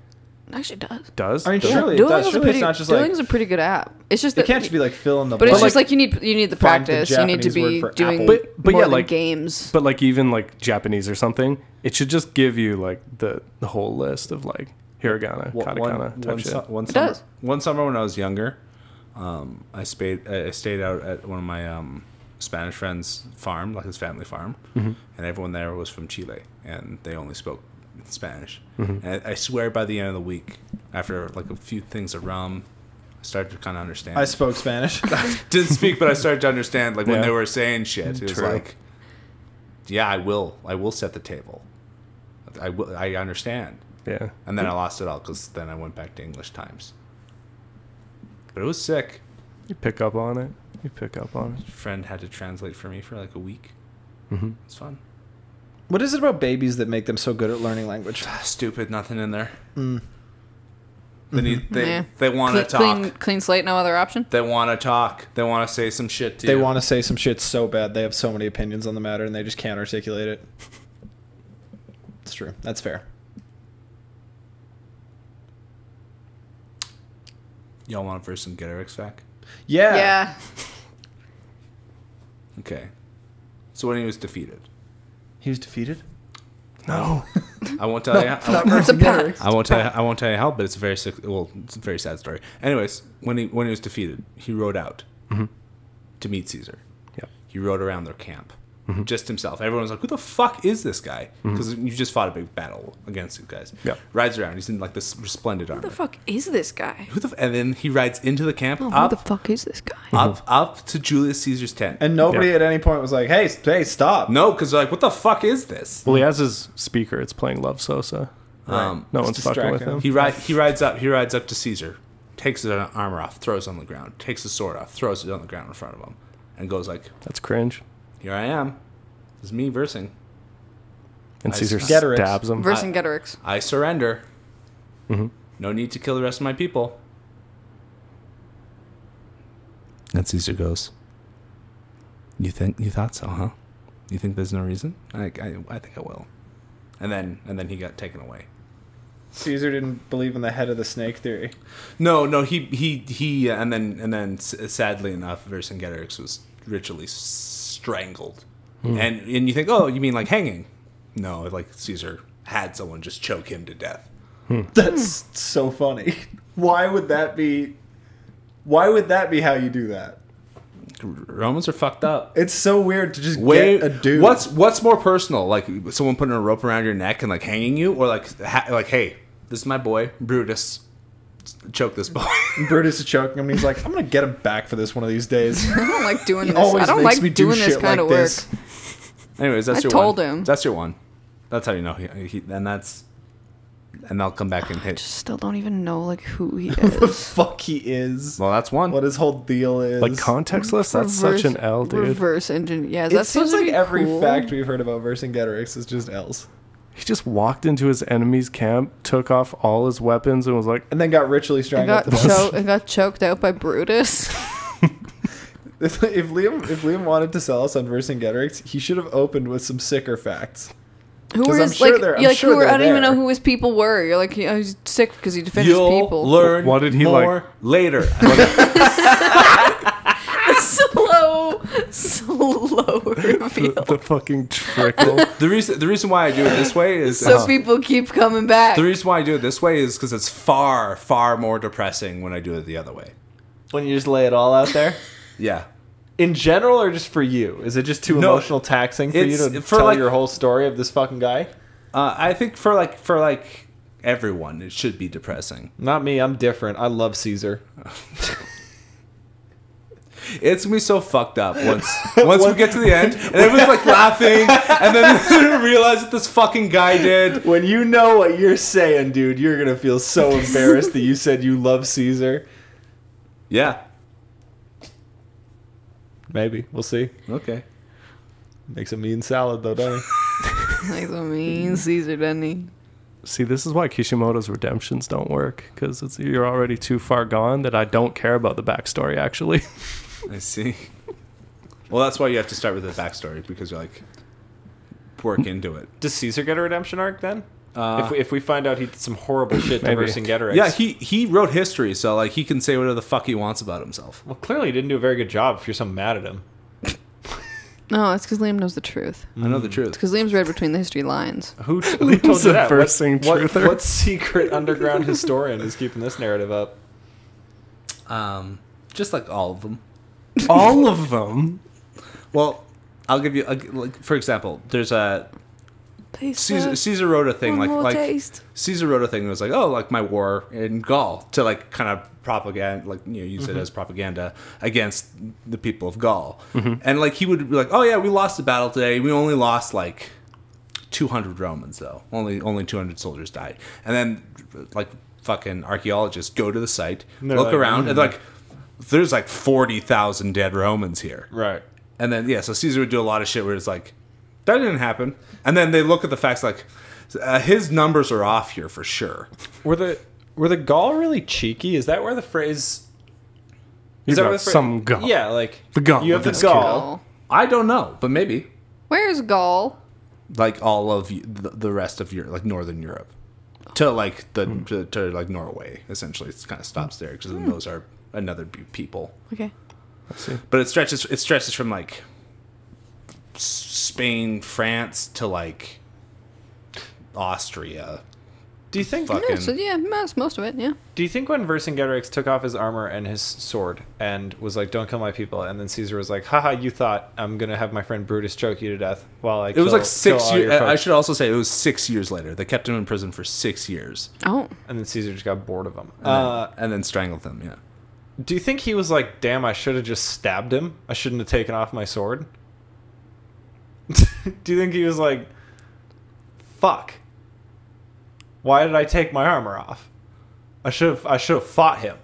actually does.
does
I mean,
does-
surely, it does.
Duolingo's a
surely
pretty,
it's not just
Duolingo's
like.
a pretty good app. It's just
It
that
can't just be like fill in the
But it's
blank.
just like you need you need the
find the
practice. You need to
Japanese word for
be doing
apple.
But- but
more
yeah,
than
like-
games.
but like even like japanese or something it should just give you like the the whole list of like hiragana
One-
katakana
one-
type
one
shit
su- one summer,
does.
one summer when I was younger, um, I stayed I stayed out at one of my um, Spanish friends' farm, like his family farm, and everyone there was from Chile, and they only spoke Spanish. And I, I swear, by the end of the week, after like a few things of rum, I started to kind of understand.
I spoke Spanish.
didn't speak, but I started to understand like when
Yeah.
they were saying shit. It was
True.
like, yeah, I will, I will set the table. I will, I understand.
yeah
And then I lost it all because then I went back to English Times. But it was sick.
You pick up on it. You pick up on it.
Friend had to translate for me for like a week. Mm-hmm. It's fun.
what is it about babies that make them so good at learning language?
Stupid, nothing in there. They need. They
Yeah.
they want to talk.
clean, clean slate, no other option.
They want to talk. They want to say some shit to
They
you.
want to say some shit so bad. They have so many opinions on the matter and they just can't articulate it. It's true. That's fair.
Y'all want to verse some Get Eric's back?
Yeah.
Yeah.
Okay. So when he was defeated,
He was defeated?
No.
I won't tell you. I won't,
It's a pack.
I won't tell. You, I won't tell you how, but it's a very sick. Well, it's a very sad story. Anyways, when he when he was defeated, he rode out
Mm-hmm.
to meet Caesar.
yeah.
he rode around their camp
Mm-hmm.
just himself everyone was like who the fuck is this guy because you just fought a big battle against these guys
Yeah.
rides around he's in like this resplendent armor
Who the fuck is this guy?
who the f- and then he rides into the camp
Oh, who
up
the Mm-hmm. fuck is this guy?
up up to julius caesar's tent
And nobody
Yeah.
at any point was like, hey, s- hey, stop.
no because they're like what the fuck is this
Well, he has his speaker. It's playing Love Sosa.
um,
No
It's
one's fucking with
distracting.
him.
he, ri- he rides up he rides up to caesar takes his armor off throws it on the ground takes his sword off throws it on the ground in front of him and goes like
That's cringe.
here i am this is me versing
And
I
Caesar
see. Getterix.
stabs him.
Versus Getterix.
I surrender. No need to kill the rest of my people. And Caesar goes, "You think you thought so, huh? You think there's no reason? I, I, I think I will." And then and then he got taken away.
Caesar didn't believe in the head of the snake theory.
No, no, he he he. uh, And then and then s- sadly enough, Vercingetorix was ritually s- strangled. And and you think, oh, you mean like hanging? No, like Caesar had someone just choke him to death.
That's
Hmm.
so funny. Why would that be? Why would that be how you do that?
Romans are fucked up.
It's so weird to just
Way,
get a dude.
What's what's more personal, like someone putting a rope around your neck and like hanging you, or like ha- like hey, this is my boy Brutus, choke this boy.
Brutus is choking him? And he's like, I'm gonna get him back for this one of these days.
I don't like doing
He
this.
always
I don't
makes
like
me do
doing this
shit
kind
like
of work.
this.
Anyways, that's
I
your
told
one.
him.
That's your one. That's how you know he, he and that's and they'll come back and hit.
Just still don't even know like who he
the
is.
fuck he is.
well, that's one.
What his whole deal is.
Like contextless, that's such an L, dude.
Reverse engine. Yeah,
it
that's
seems like every
cool?
fact we've heard about Vercingetorix is just L's.
He just walked into his enemy's camp, took off all his weapons, and was like,
And then got ritually
I
strangled.
got
to death.
choked. I got choked out by Brutus.
If, if Liam if Liam wanted to sell us on Vercingetorix, he should have opened with some sicker facts.
Who
'Cause
were
I'm
his
sure
like?
they're- I'm
you're like
sure
who were? I
they're
don't even know
there.
who his people were. You're like, he, I was sick because he defended his
You'll
people.
learn.
What did he
more later?
Slow slow, slow reveal.
The, the fucking trickle.
The reason the reason why I do it this way is uh-huh.
So people keep coming back.
the reason why I do it this way is because it's far far more depressing when I do it the other way.
When you just lay it all out there.
Yeah.
In general, or just for you? Is it just too
No,
emotional taxing for you
it's-
to
for
tell
like-
your whole story of this fucking guy?
Uh, I think for like for like everyone, it should be depressing.
Not me. I'm different. I love Caesar.
It's gonna be so fucked up once once we get to the end, and everyone's like laughing, and then they're gonna realize that this fucking guy did.
When you know what you're saying, dude, you're gonna feel so embarrassed that you said you love Caesar.
Yeah.
Maybe we'll see.
Okay.
Makes a mean salad though, doesn't he?
Like the mean Caesar, doesn't he?
See, this is why Kishimoto's redemptions don't work because you're already too far gone that I don't care about the backstory. Actually,
I see. Well, that's why you have to start with the backstory because you're like work into it.
Does Caesar get a redemption arc then?
Uh,
if, we, if we find out he did some horrible shit to
Maybe.
Vercingetorix.
Yeah, he he wrote history, so like he can say whatever the fuck he wants about himself.
Well, clearly he didn't do a very good job if you're so mad at him.
No, it's because Liam knows the truth.
I know the truth.
Because Liam's read between the history lines.
Uh,
Who, who told you that? What,
subversing
what,
truther.
what secret underground historian is keeping this narrative up?
Um, just like all of them.
all of them.
Well, I'll give you a, like for example, there's a
Please,
Caesar, Caesar wrote a thing like like Caesar wrote a thing that was like, oh, like my war in Gaul to like kind of propaganda, like you know, use
Mm-hmm.
it as propaganda against the people of Gaul,
Mm-hmm.
and like he would be like, oh yeah, we lost the battle today. We only lost like 200 Romans though. Only only 200 soldiers died. And then like fucking archaeologists go to the site,
And they're
look
like, mm-hmm.
around, and like there's like 40,000 dead Romans here.
Right.
And then yeah, so Caesar would do a lot of shit where it's like, that didn't happen. And then they look at the facts like, uh, his numbers are off here for sure.
Were the were the Gaul really cheeky? Is that where the phrase?
You
Is that
got
where the phrase?
some Gaul.
Yeah, like
The Gaul
You have
of
the
this
Gaul.
I don't know, but maybe
Where's Gaul?
like all of y- the, the rest of Europe, like Northern Europe, to like the to, to like Norway. Essentially, it kind of stops there because those are another bu- people.
Okay.
But it stretches it stretches from like S- Spain, France to like Austria.
Do you think?
Fuck.
No, so yeah, most, most of it, yeah.
Do you think when Vercingetorix took off his armor and his sword and was like, "Don't kill my people," and then Caesar was like, "Haha, you thought I'm gonna have my friend Brutus choke you to death while I
It was
kill-
like
kill
six
all
years.
your
I
folks."
should also say it was six years later. They kept him in prison for six years,
Oh.
and then Caesar just got bored of him.
and,
Uh,
then, and then strangled him. Yeah.
do you think he was like, "Damn, I should have just stabbed him. I shouldn't have taken off my sword"? do you think he was like, "Fuck, why did I take my armor off? I should have. I should have fought him.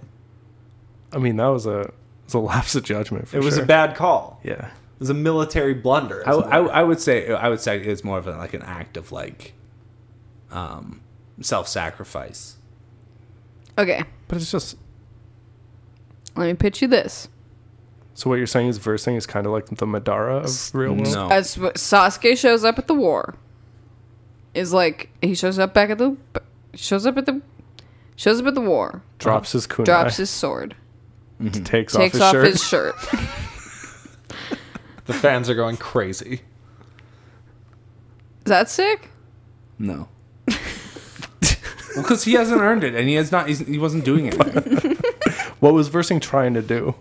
I mean, that was a it was a lapse of judgment. For
it was
sure.
a bad call.
Yeah.
It was a military blunder."
I, I, I would say I would say it's more of an, like an act of like um, self sacrifice.
Okay.
But it's just
Let me pitch you this.
so what you're saying is versing is kind of like the Madara of real world.
No,
As Sasuke shows up at the war, is like he shows up back at the shows up at the shows up at the war,
Drops his kunai.
drops his sword,
takes, off
takes
his
off
shirt.
his shirt.
the fans are going crazy.
Is that sick?
no. Because he hasn't earned it, and he has not. He's, he wasn't doing anything.
What was versing trying to do?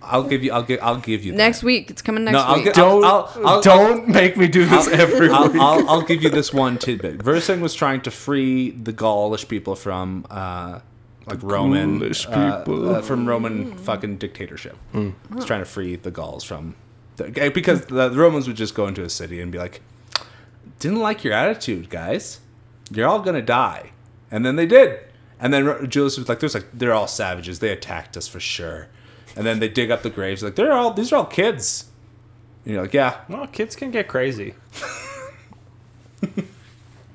I'll give you. I'll give. I'll give you. that.
Next week. It's coming next
I'll
week.
get-
Don't
I'll- I'll-
don't make me do this every
I'll,
week.
I'll, I'll give you this one tidbit. Versing was trying to free the Gaulish people from uh, like Roman
Gaulish
uh,
people.
uh, from Roman fucking dictatorship. He was trying to free the Gauls from the, eh, because the, the Romans would just go into a city and be like, "Didn't like your attitude, guys. You're all gonna die." And then they did. And then Ro- Julius was like, "There's like they're all savages. They attacked us for sure." And then they dig up the graves like they're all these are all kids. And you're like, "Yeah."
Well, kids can get crazy.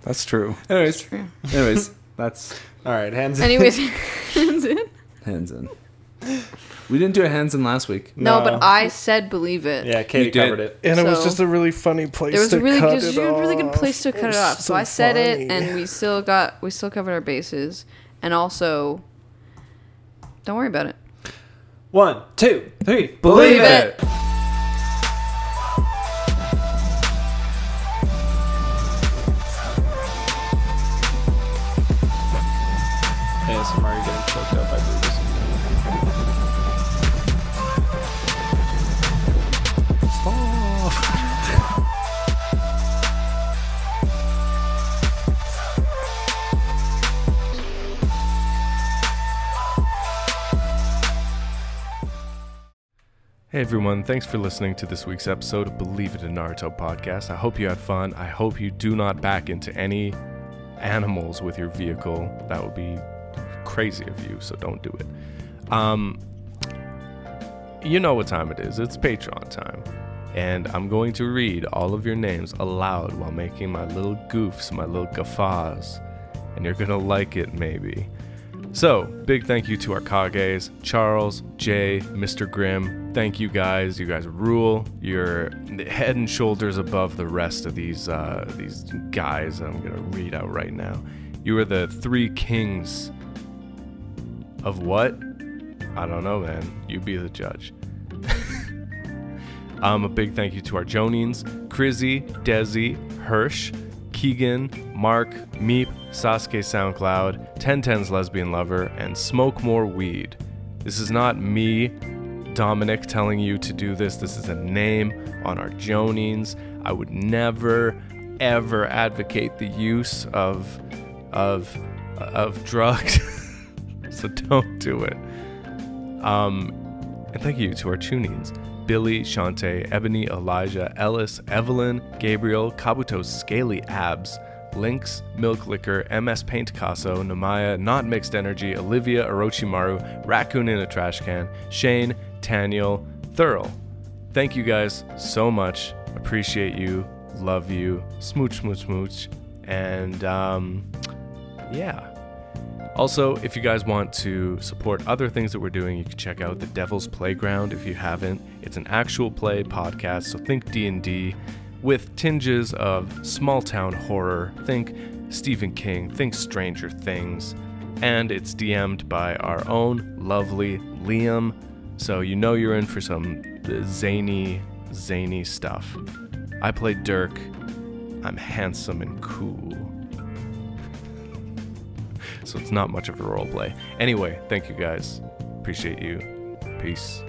That's true.
Anyways,
true.
anyways, that's
All right, hands.
Anyways, that's it.
Hansen. We didn't do a Hansen last week.
no,
No.
but I said believe it.
yeah, Katie
You did.
covered it.
And it was
So-
just a really funny place.
There was
to
a really
cut
there's
it
a really good
off.
place to cut it
was
off. So
so
I said it,
funny.
and we still got we still covered our bases, and also, don't worry about it.
One, two, three.
Believe it.
ASMR, you're getting choked up by boobies.
Hey everyone, thanks for listening to this week's episode of Believe It in Naruto podcast. I hope you had fun. I hope you do not back into any animals with your vehicle. That would be crazy of you, so don't do it. Um, you know what time it is. It's Patreon time. And I'm going to read all of your names aloud while making my little goofs, my little guffaws. And you're going to like it, maybe. So, big thank you to our Kages, Charles, Jay, Mr. Grimm. Thank you guys. You guys rule. You're head and shoulders above the rest of these uh, these guys that I'm gonna read out right now. You are the three kings of what? I don't know, man. You be the judge. um, a big thank you to our Jonines, Crizzy, Desi, Hirsch, Keegan, Mark, Meep, Sasuke SoundCloud, 1010's Lesbian Lover, and Smoke More Weed. This is not me, Dominic, telling you to do this. This is a name on our Jonines. I would never, ever advocate the use of, of, of drugs. so don't do it. Um, and thank you to our tunings Billy, Shantae, Ebony, Elijah, Ellis, Evelyn, Gabriel, Kabuto's Scaly Abs, Lynx, Milk Liquor, MS Paint Casso, Namaya, Not Mixed Energy, Olivia, Orochimaru, Raccoon in a Trash Can, Shane, Taniel, Thurl. Thank you guys so much. Appreciate you. Love you. Smooch, smooch, smooch. And um, yeah. Also, if you guys want to support other things that we're doing, you can check out The Devil's Playground if you haven't. It's an actual play podcast, so think D&D with tinges of small town horror. Think Stephen King, think Stranger Things, and it's DM'd by our own lovely Liam. So you know you're in for some zany zany stuff. I play Dirk. I'm handsome and cool so it's not much of a role play. Anyway, thank you guys. Appreciate you. Peace.